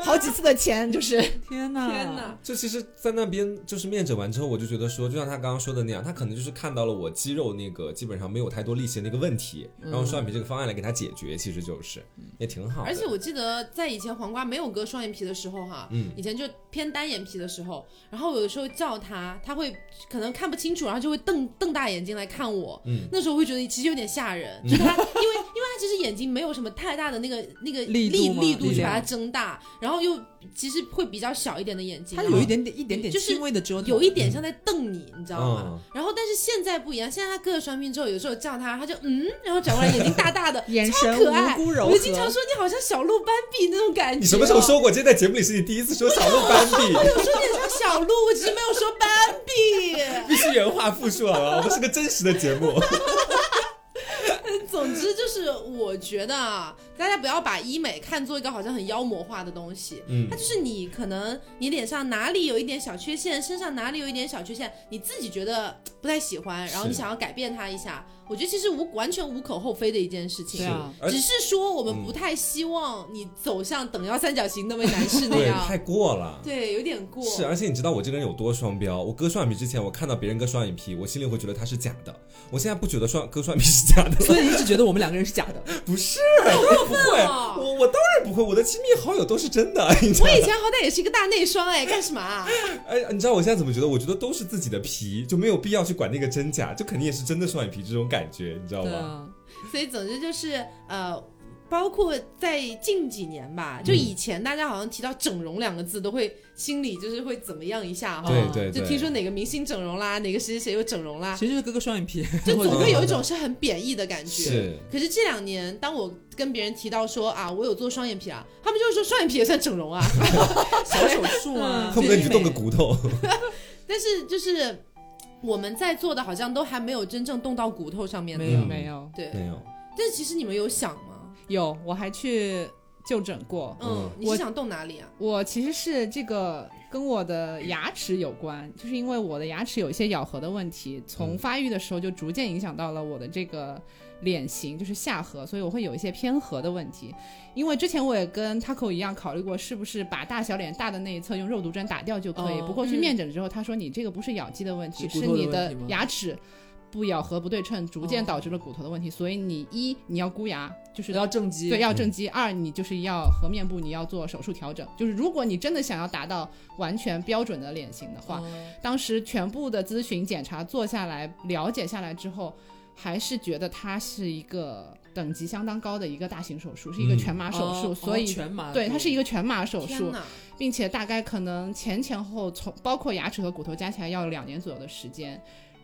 D: 好几次的钱，就是，
A: 没
C: 天哪
A: 错天！哪，
B: 就其实，在那边就是面诊完之后，我就觉得说，就像他刚刚说的那样，他可能就是看到了我肌肉那个基本上没有太多力气的那个问题，然后双眼皮这个方案来给他解决，其实就是也挺好
A: 嗯
B: 的。
A: 而且我记得在以前黄瓜没有割双眼皮的时候哈，
B: 嗯
A: 以前就偏单眼皮的时候，然后有的时候叫他，他会可能看不清楚，然后就会瞪瞪大眼睛来看我。
B: 嗯
A: 那时候会觉得其实有点吓人，
C: 嗯
A: 就是他，因为因为他其实眼睛没有什么太大的那个那个
C: 力
A: 力
C: 度
A: 度
C: 吗力
A: 去
C: 量
A: 把它睁大，然后又其实会比较小一点的眼睛，
C: 他
A: 然后
C: 有一点嗯点一点点
A: 就是
C: 轻微的折腾，
A: 有一点像在瞪你，你知道吗？
B: 嗯
A: 然后但是现在不一样，现在他割了双眼皮之后，有时候叫他，他就嗯，然后转过来眼睛大大的
D: 眼
A: 超
D: 神
A: 可爱。
D: 无辜柔
A: 我就经
D: 和
A: 常说你好像小鹿斑比那种感觉。
B: 你什么时候？说过？今天在节目里是你第一次说小鹿斑比。
A: 我说你像小鹿，我只是没有说斑比。
B: 必须原话复述好 吗？我们是个真实的节目。
A: 总之就是，我觉得啊，大家不要把医美看作一个好像很妖魔化的东西。
B: 嗯
A: 它就是你可能你脸上哪里有一点小缺陷，身上哪里有一点小缺陷，你自己觉得不太喜欢，然后你
B: 是
A: 想要改变它一下，我觉得其实无完全无可厚非的一件事情。
C: 对啊，
B: 而
A: 只
B: 且
A: 是说我们不太希望你走向等腰三角形那位男士那
B: 对
A: 样，
B: 太过了。
A: 对，有点过。
B: 是，而啊且你知道我这个人有多双标？我割双眼皮之前，我看到别人割双眼皮，我心里会觉得它是假的。我现在不觉得双割双眼皮是假的，
C: 所以一直觉得我们两个人是假的。
B: 不是，不会，
A: 了
B: 我我当然不会，我的亲密好友都是真 的。哎你知道
A: 哦我以前好歹也是一个大内双哎，干什么啊？
B: 哎，你知道我现在怎么觉得？我觉得都是自己的皮，就没有必要去管那个真假，就肯定也是真的双眼皮这种感觉，你知道
C: 对
B: 吗？
C: 啊，
A: 所以总之就是呃。包括在近几年吧，
B: 嗯
A: 就以前大家好像提到整容两个字，都会心里就是会怎么样一下哈。
B: 对
A: 哦
B: 对对，
A: 就听说哪个明星整容啦，哪个谁谁谁又整容啦，
C: 其实就是割个双 眼皮，
A: 就
C: 或者
A: 总会有一种是很贬义的感觉。
B: 是
A: 可是这两年，当我跟别人提到说啊，我有做双眼皮啊，他们就会说双眼皮也算整容啊。
C: 小手术
A: 嗯
C: 啊，
B: 恨不得你去动个骨头，
A: 但是就是我们在座的，好像都还没有真正动到骨头上面
D: 没有
A: 的。
B: 嗯
D: 没有
A: 对，
B: 没有，
A: 但是其实你们有想吗？
D: 有，我还去就诊过。
A: 嗯
B: 嗯，
A: 你是
D: 我
A: 想动哪里啊？
D: 我其实是这个跟我的牙齿有关，就是因为我的牙齿有一些咬合的问题，从
B: 嗯
D: 发育的时候就逐渐影响到了我的这个脸型，就是下颌，所以我会有一些偏颌的问题。因为之前我也跟 Taco 一样考虑过，是不是把大小脸大的那一侧用肉毒针打掉就可以。
C: 哦
D: 不过去
A: 嗯
D: 面诊之后，他说你这个不是咬肌的问题，
C: 是
D: 是
C: 骨头的
D: 你
C: 问
D: 的
C: 题吗
D: 牙齿。不咬合不对称，逐渐
C: 哦
D: 导致了骨头的问题，所以你一你要箍牙，就是
C: 要正畸，
D: 对，要正畸。二，你就是要和面部，你要做手术调整。就是如果你真的想要达到完全标准的脸型的话，
C: 嗯
D: 当时全部的咨询检查做下来，了解下来之后，还是觉得它是一个等级相当高的一个大型手术，是一个
B: 嗯
D: 全麻手术，
C: 哦
D: 所
C: 哦
D: 以。
C: 全麻，
D: 对，它是一个全麻手
A: 天
D: 术，
A: 哪！
C: 啊
D: 并且大概可能前前后从包括牙齿和骨头加起来要两年左右的时间。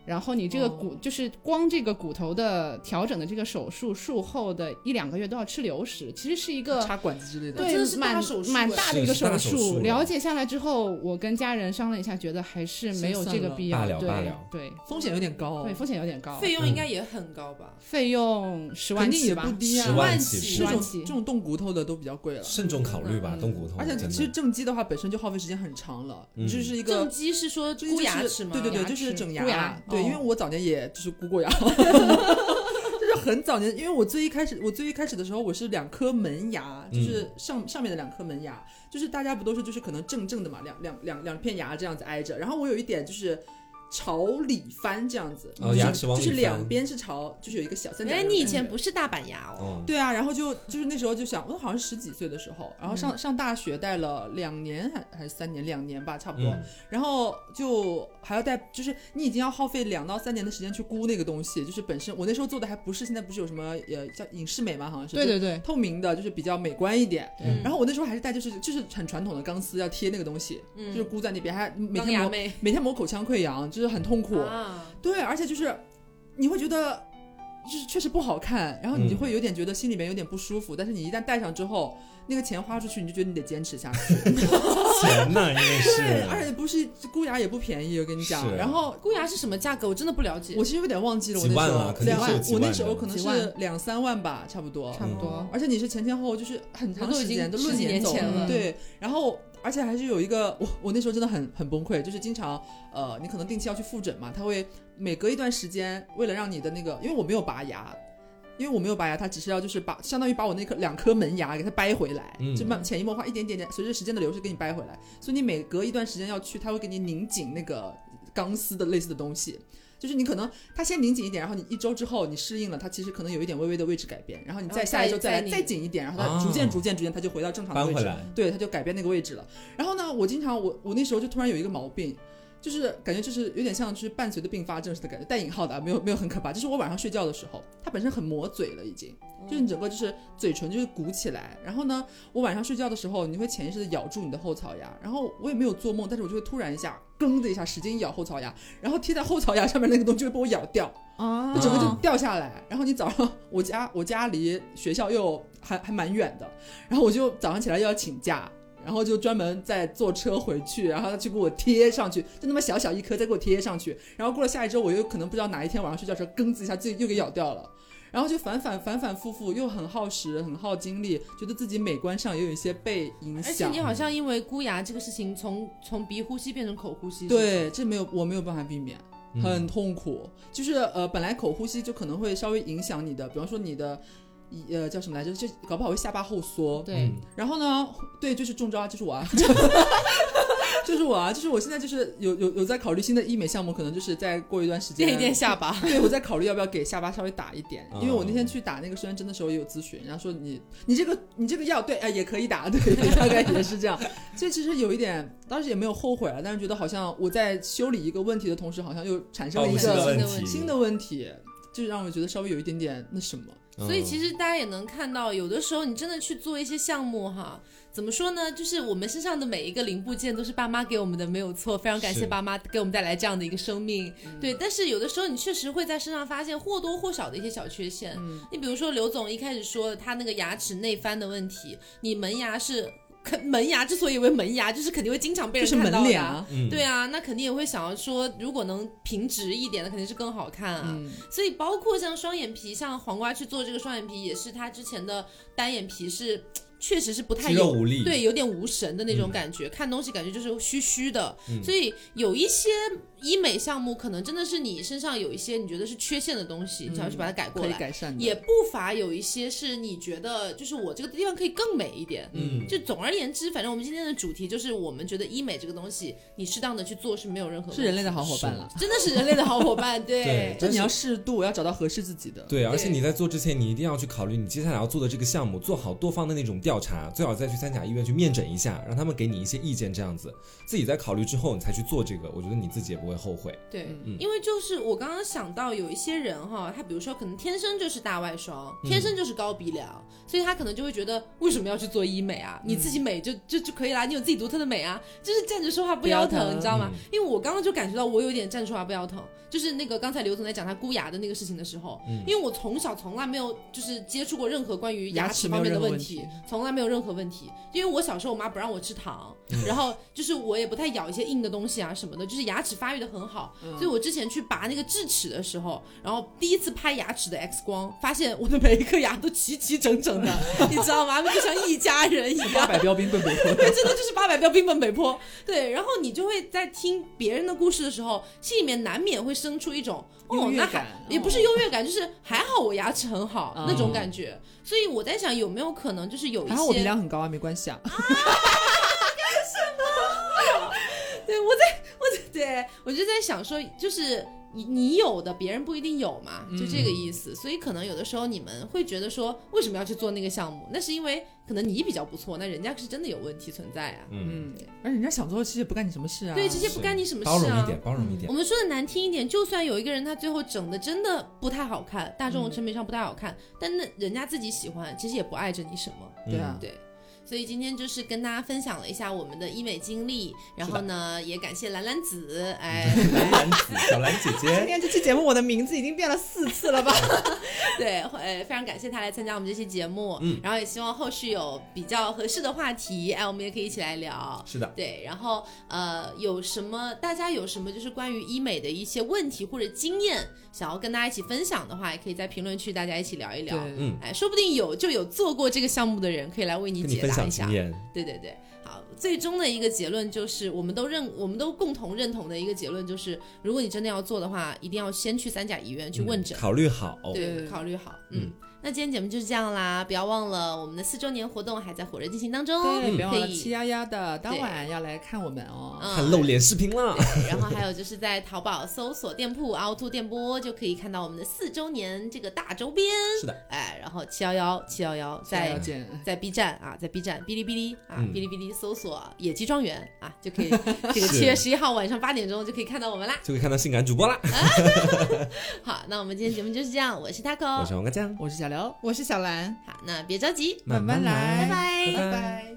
D: 然后你这个骨、
C: 哦
D: 就是光这个骨头的调整的这个手术术后的一两个月都要吃流食，其实是一个
C: 插管子之类的，
A: 真
D: 对
A: 的是大
D: 蛮
A: 手术
D: 蛮
A: 哎
D: 大的一
B: 是
D: 个
B: 是大
D: 手
B: 手术
D: 了解下来之后，我跟家人商量一下，觉得还是没有这个必要。
B: 心散了
D: 对
B: 罢了罢了
D: 对
C: 风险有点高哦
D: 对，，风险有点高，
A: 费
D: 费
C: 嗯
A: 用应该也很高吧？
D: 用十万
C: 肯定
D: 起
C: 也不
D: 吧。
C: 低啊，
B: 十
A: 万
B: 起
A: 起
C: 这
D: 十
B: 步
D: 万
C: 种
D: 起
C: 这种动骨头的都比较贵了。
B: 慎重考虑吧，动骨头，
C: 而且
B: 真
C: 其实
B: 的，
C: 正畸的话，本身就耗费时间很长了，
B: 嗯
C: 就是一
A: 正
C: 个
A: 畸是说
C: 就是
A: 箍牙齿吗？
C: 对对对，
D: 牙
C: 就是
D: 齿
C: 整
D: 箍牙
C: 对，
D: 哦
C: 因为我早年也就是 箍过牙，就是很早年，因为我最一开始，我最一开始的时候，我是两颗门牙，
B: 嗯
C: 就是上、上面的两颗门牙，就是大家不都是就是可能正正的嘛，两两两两片牙这样子挨着，然后我有一点就是。朝里翻这样子，
B: 哦
C: 就是
B: 牙齿往
C: 就是
B: 里
C: 两
B: 翻
C: 边是朝，就是有一个小三角
A: 原来哎
C: 形
A: 你以
C: 的
A: 前
C: 感觉
A: 不是大板牙哦。
B: 嗯，
C: 对啊，然后就就是那时候就想，我好像十几岁的时候，然后
A: 嗯
C: 上、上大学戴了两年还还是三年，两年吧，差不多。
B: 嗯
C: 然后就还要戴，就是你已经要耗费两到三年的时间去估那个东西，就是本身我那时候做的还不是现在不是有什么呃叫影视美嘛，好像是
D: 对
C: 就
D: 对对，
C: 透明的，就是比较美观一点。
B: 嗯
C: 然后我那时候还是戴就是就是很传统的钢丝，要贴那个东西，
A: 嗯
C: 就是箍在那边，还每
A: 钢牙
C: 天磨
A: 妹
C: 每天磨口腔溃疡，就是很痛苦。
A: 啊，
C: 对，而且就是你会觉得就是确实不好看，然后你就
B: 嗯
C: 会有点觉得心里面有点不舒服。但是你一旦戴上之后，那个钱花出去，你就觉得你得坚持下去。
B: 钱呢，因为
C: 对，而
B: 是
C: 且不是箍牙也不便宜，我跟你讲。
B: 是
C: 然后
A: 箍哦牙是什么价格？我真的不了解。
C: 我其实有点忘记了，我
B: 几
C: 那
B: 万
C: 时
B: 了
C: 候
B: 肯定
C: 两
B: 是有几
C: 我那
B: 万
C: 时候
B: 的
C: 可能
D: 几
C: 是
D: 万
C: 两三万吧，差不多。
D: 差不多
B: 嗯。
C: 而且你是前前后后就是很长
A: 哦都已
C: 时
A: 经
C: 间，都
A: 十
C: 论
A: 几年
C: 走
A: 前
D: 了
C: 对，然后。而且还是有一个我，我那时候真的很很崩溃，就是经常，呃，你可能定期要去复诊嘛，他会每隔一段时间，为了让你的那个，因为我没有拔牙，因为我没有拔牙，他只是要就是把相当于把我那颗两颗门牙给它掰回来，
B: 嗯
C: 就慢潜移默化一点点点，随着时间的流逝给你掰回来，所以你每隔一段时间要去，他会给你拧紧那个钢丝的类似的东西，就是你可能它先拧紧一点，然后你一周之后你适应了，它其实可能有一点微微的位置改变，然后你
A: 然
C: 再
A: 后
C: 下一周
A: 哦再
C: 再来
A: 再拧
C: 再紧一点，然后
B: 哦
C: 它逐渐逐渐逐渐它就回到正常的
B: 搬
C: 位
B: 回
C: 置，
B: 来，
C: 对，它就改变那个位置了。然后呢，我经常我我那时候就突然有一个毛病。就是感觉就是有点像就是伴随的并发症似的感觉，带引号的啊，没有没有很可怕。就是我晚上睡觉的时候，它本身很磨嘴了已经，
A: 嗯
C: 就是你整个就是嘴唇就是鼓起来，然后呢，我晚上睡觉的时候，你会潜意识的咬住你的后槽牙，然后我也没有做梦，但是我就会突然一下，哽的一下使劲咬后槽牙，然后贴在后槽牙上面那个东西就会被我咬掉，
D: 啊
C: 它整个
A: 哦
C: 就掉下来。然后你早上，我家我家离学校又还还蛮远的，然后我就早上起来又要请假。然后就专门再坐车回去，然后他去给我贴上去，就那么小小一颗，再给我贴上去。然后过了下一周，我又可能不知道哪一天晚上睡觉的时候，哽子一下自己又给咬掉了。然后就反反反反复复，又很耗时，很耗精力，觉得自己美观上也有一些被影
A: 而且
C: 响
A: 你。好像因为箍牙这个事情从，从鼻呼吸变成口呼吸。
C: 对，这没有我没有办法避免，
B: 嗯
C: 很痛苦。就是呃，本来口呼吸就可能会稍微影响你的，比方说你的。呃，叫什么来着？就搞不好会下巴后缩。
D: 对，
B: 嗯
C: 然后呢，对，就是中招啊，就是我啊， 就是我啊，就是我现在就是有有有在考虑新的医美项目，可能就是再过一段时间
A: 垫一垫下巴。
C: 对，我在考虑要不要给下巴稍微打一点，因为我那天
B: 哦
C: 去打那个瘦身针的时候也有咨询，人家说你你这个你这个药对，哎也可以打，对， 大概也是这样。所以其实有一点，当时也没有后悔了，啊但是觉得好像我在修理一个问题的同时，好像又产生
B: 哦
C: 了一
B: 不是
A: 新
B: 的
A: 的
C: 个
A: 问
B: 问
A: 题
B: 题，
C: 新的问题，就让我觉得稍微有一点点那什么。
B: 嗯
A: 所以其实大家也能看到，有的时候你真的去做一些项目哈，怎么说呢？就是我们身上的每一个零部件都是爸妈给我们的，没有错。非常感谢
B: 是
A: 爸妈给我们带来这样的一个生命。
C: 嗯
A: 对，但是有的时候你确实会在身上发现或多或少的一些小缺陷。
C: 嗯
A: 你比如说刘总一开始说的他那个牙齿内翻的问题，你门牙是。肯门牙之所以为门牙，就是肯定会经常被
C: 就
A: 人
C: 是
A: 看
C: 门
A: 到的。
C: 脸，
B: 嗯，
A: 对啊，那肯定也会想要说，如果能平直一点的，肯定是更好看啊。
C: 嗯
A: 所以包括像双眼皮，像黄瓜去做这个双眼皮，也是他之前的单眼皮是确实是不太
B: 肌肉
A: 有。
B: 无力，
A: 对，有点无神的那种
B: 嗯
A: 感觉，看东西感觉就是虚虚的，
B: 嗯
A: 所以有一些医美项目可能真的是你身上有一些你觉得是缺陷的东
B: 嗯
A: 西，你想要去把它改过
C: 可以
A: 来，
C: 改善的。
A: 也不乏有一些是你觉得就是我这个地方可以更美一点，
B: 嗯，
A: 就总而言之，反正我们今天的主题就是，我们觉得医美这个东西，你适当的去做是没有任何
C: 是人类
A: 的，
C: 的好伙伴了，
A: 真的是人类的好伙伴，
B: 对
A: 对，
C: 就
B: 但
C: 你
B: 是
C: 要适度，要找到合适自 己的。
B: 对，而且你在做之前，你一定要去考虑你接下来要做的这个项目，做好多方的那种调查，最好再去三甲医院去面诊一下，让他们给你一些意见，这样子自己在考虑之后，你才去做这个，我觉得你自己也不会后悔。
A: 对
B: 嗯，
A: 因为就是我刚刚想到有一些人哈，他比如说可能天生就是大外双，天生就是高鼻梁，
C: 嗯
A: 所以他可能就会觉得为什么要去做医美啊？你自己美就就就可以啦，你有自己独特的美啊，就是站着说话不腰
C: 不腰疼
A: 疼，你知道吗
B: 嗯？
A: 因为我刚刚就感觉到我有点站着说话不腰疼，就是那个刚才刘总在讲他箍牙的那个事情的时候，
C: 嗯
A: 因为我从小从来没有就是接触过任何关于
C: 牙齿
A: 齿
C: 没
A: 方
C: 有
A: 面的
C: 任何
A: 问
C: 问题
A: 题，从来没有任何问题，因为我小时候我妈不让我吃糖，
C: 嗯
A: 然后就是我也不太咬一些硬的东西啊什么的，就是牙齿发育的很好，所以我之前去拔那个智齿的时候，然后第一次拍牙齿的 X 光，发现我的每一颗牙都齐齐整整的， 你知道吗？就像一家人一
C: 八
A: 样。
C: 百标兵对不
A: 对，
C: 对？
A: 真的就是八百标兵奔北坡。对，然后你就会在听别人的故事的时候，心里面难免会生出一种
C: 优
A: 哦，
C: 越
A: 那
C: 感
A: 还也不是优越感，就是还好我牙齿很好、
C: 嗯
A: 那种感觉。所以我在想，有没有可能就是有一
C: 还好我鼻
A: 些
C: 梁很高啊，没关系啊。
A: 对，我在我在对我就在想说，就是你你有的别人不一定有嘛，就这个
B: 嗯
A: 意思。所以可能有的时候你们会觉得说，为什么要去做那个项目？那是因为可能你比较不错，那人家是真的有问题存在啊。
B: 嗯，
C: 嗯，而人家想做，其实也不干你什么事啊。
A: 对，这些不
B: 是
A: 干你什么
B: 包
A: 事
B: 容一
A: 啊。
B: 点，包容一点
A: 我。们说的难听一点，就算有一个人他最后整的真的不太好看，大众
C: 嗯
A: 审美上不太好看，但那人家自己喜欢，其实也不碍着你什么。
B: 嗯
C: 对啊，
A: 对。所以今天就是跟大家分享了一下我们的医美经历，然后呢，也感谢兰兰子， 哎，
B: 蓝蓝子，小蓝姐
E: 今
B: 姐，
E: 天这期节目我的名字已经变了四次了吧？
A: 对，呃，非常感谢他来参加我们这期节目，
B: 嗯
A: 然后也希望后续有比较合适的话题，哎，我们也可以一起来聊。
B: 是的，
A: 对，然后呃，有什么大家有什么就是关于医美的一些问题或者经验，想要跟大家一起分享的话，也可以在评论区大家一起聊一聊。
C: 对，啊
B: 嗯，
A: 哎，说不定有就有做过这个项目的人可以来为你
B: 跟你
A: 解
B: 分
A: 答
B: 享
A: 一下
B: 经。验，
A: 对对对，好，最终的一个结论就是，我们都认，我们都共同认同的一个结论就是，如果你真的要做的话，一定要先去三甲医院去问
B: 嗯
A: 诊。
B: 考虑好。
A: 对，
C: 对
A: 考虑好。嗯，那今天节目就是这样啦，不要忘了我们的四周年活动还在火热进行当中哦，
C: 对，别忘
A: 可
C: 了
A: 以。
C: 七幺幺的当
A: 对
C: 晚要来看我们哦。
B: 看
A: 嗯，
B: 露脸啊视频啦，
A: 然后还有就是在淘宝搜索店铺凹凸电波，就可以看到我们的四周年这个大周边。
B: 是的，
A: 哎，然后七幺幺七幺幺
C: 再
A: 在
C: 见。
A: 在 B 站啊，在 B 站、哔哩哔哩啊、
B: 嗯
A: 哔哩哔哩搜索“野鸡庄园”啊，就可以这个
B: 是
A: 七月十一号晚上八点钟就可以看到我们啦。
B: 就会看到性感主播啦。
A: 好，那我们今天节目就是这样，我是 Taco，
B: 我是王干酱，
C: 我是小刘，
E: 我是小兰，
A: 好，那别着急，
E: 慢慢来
A: 拜
E: 拜
A: 拜
E: 拜。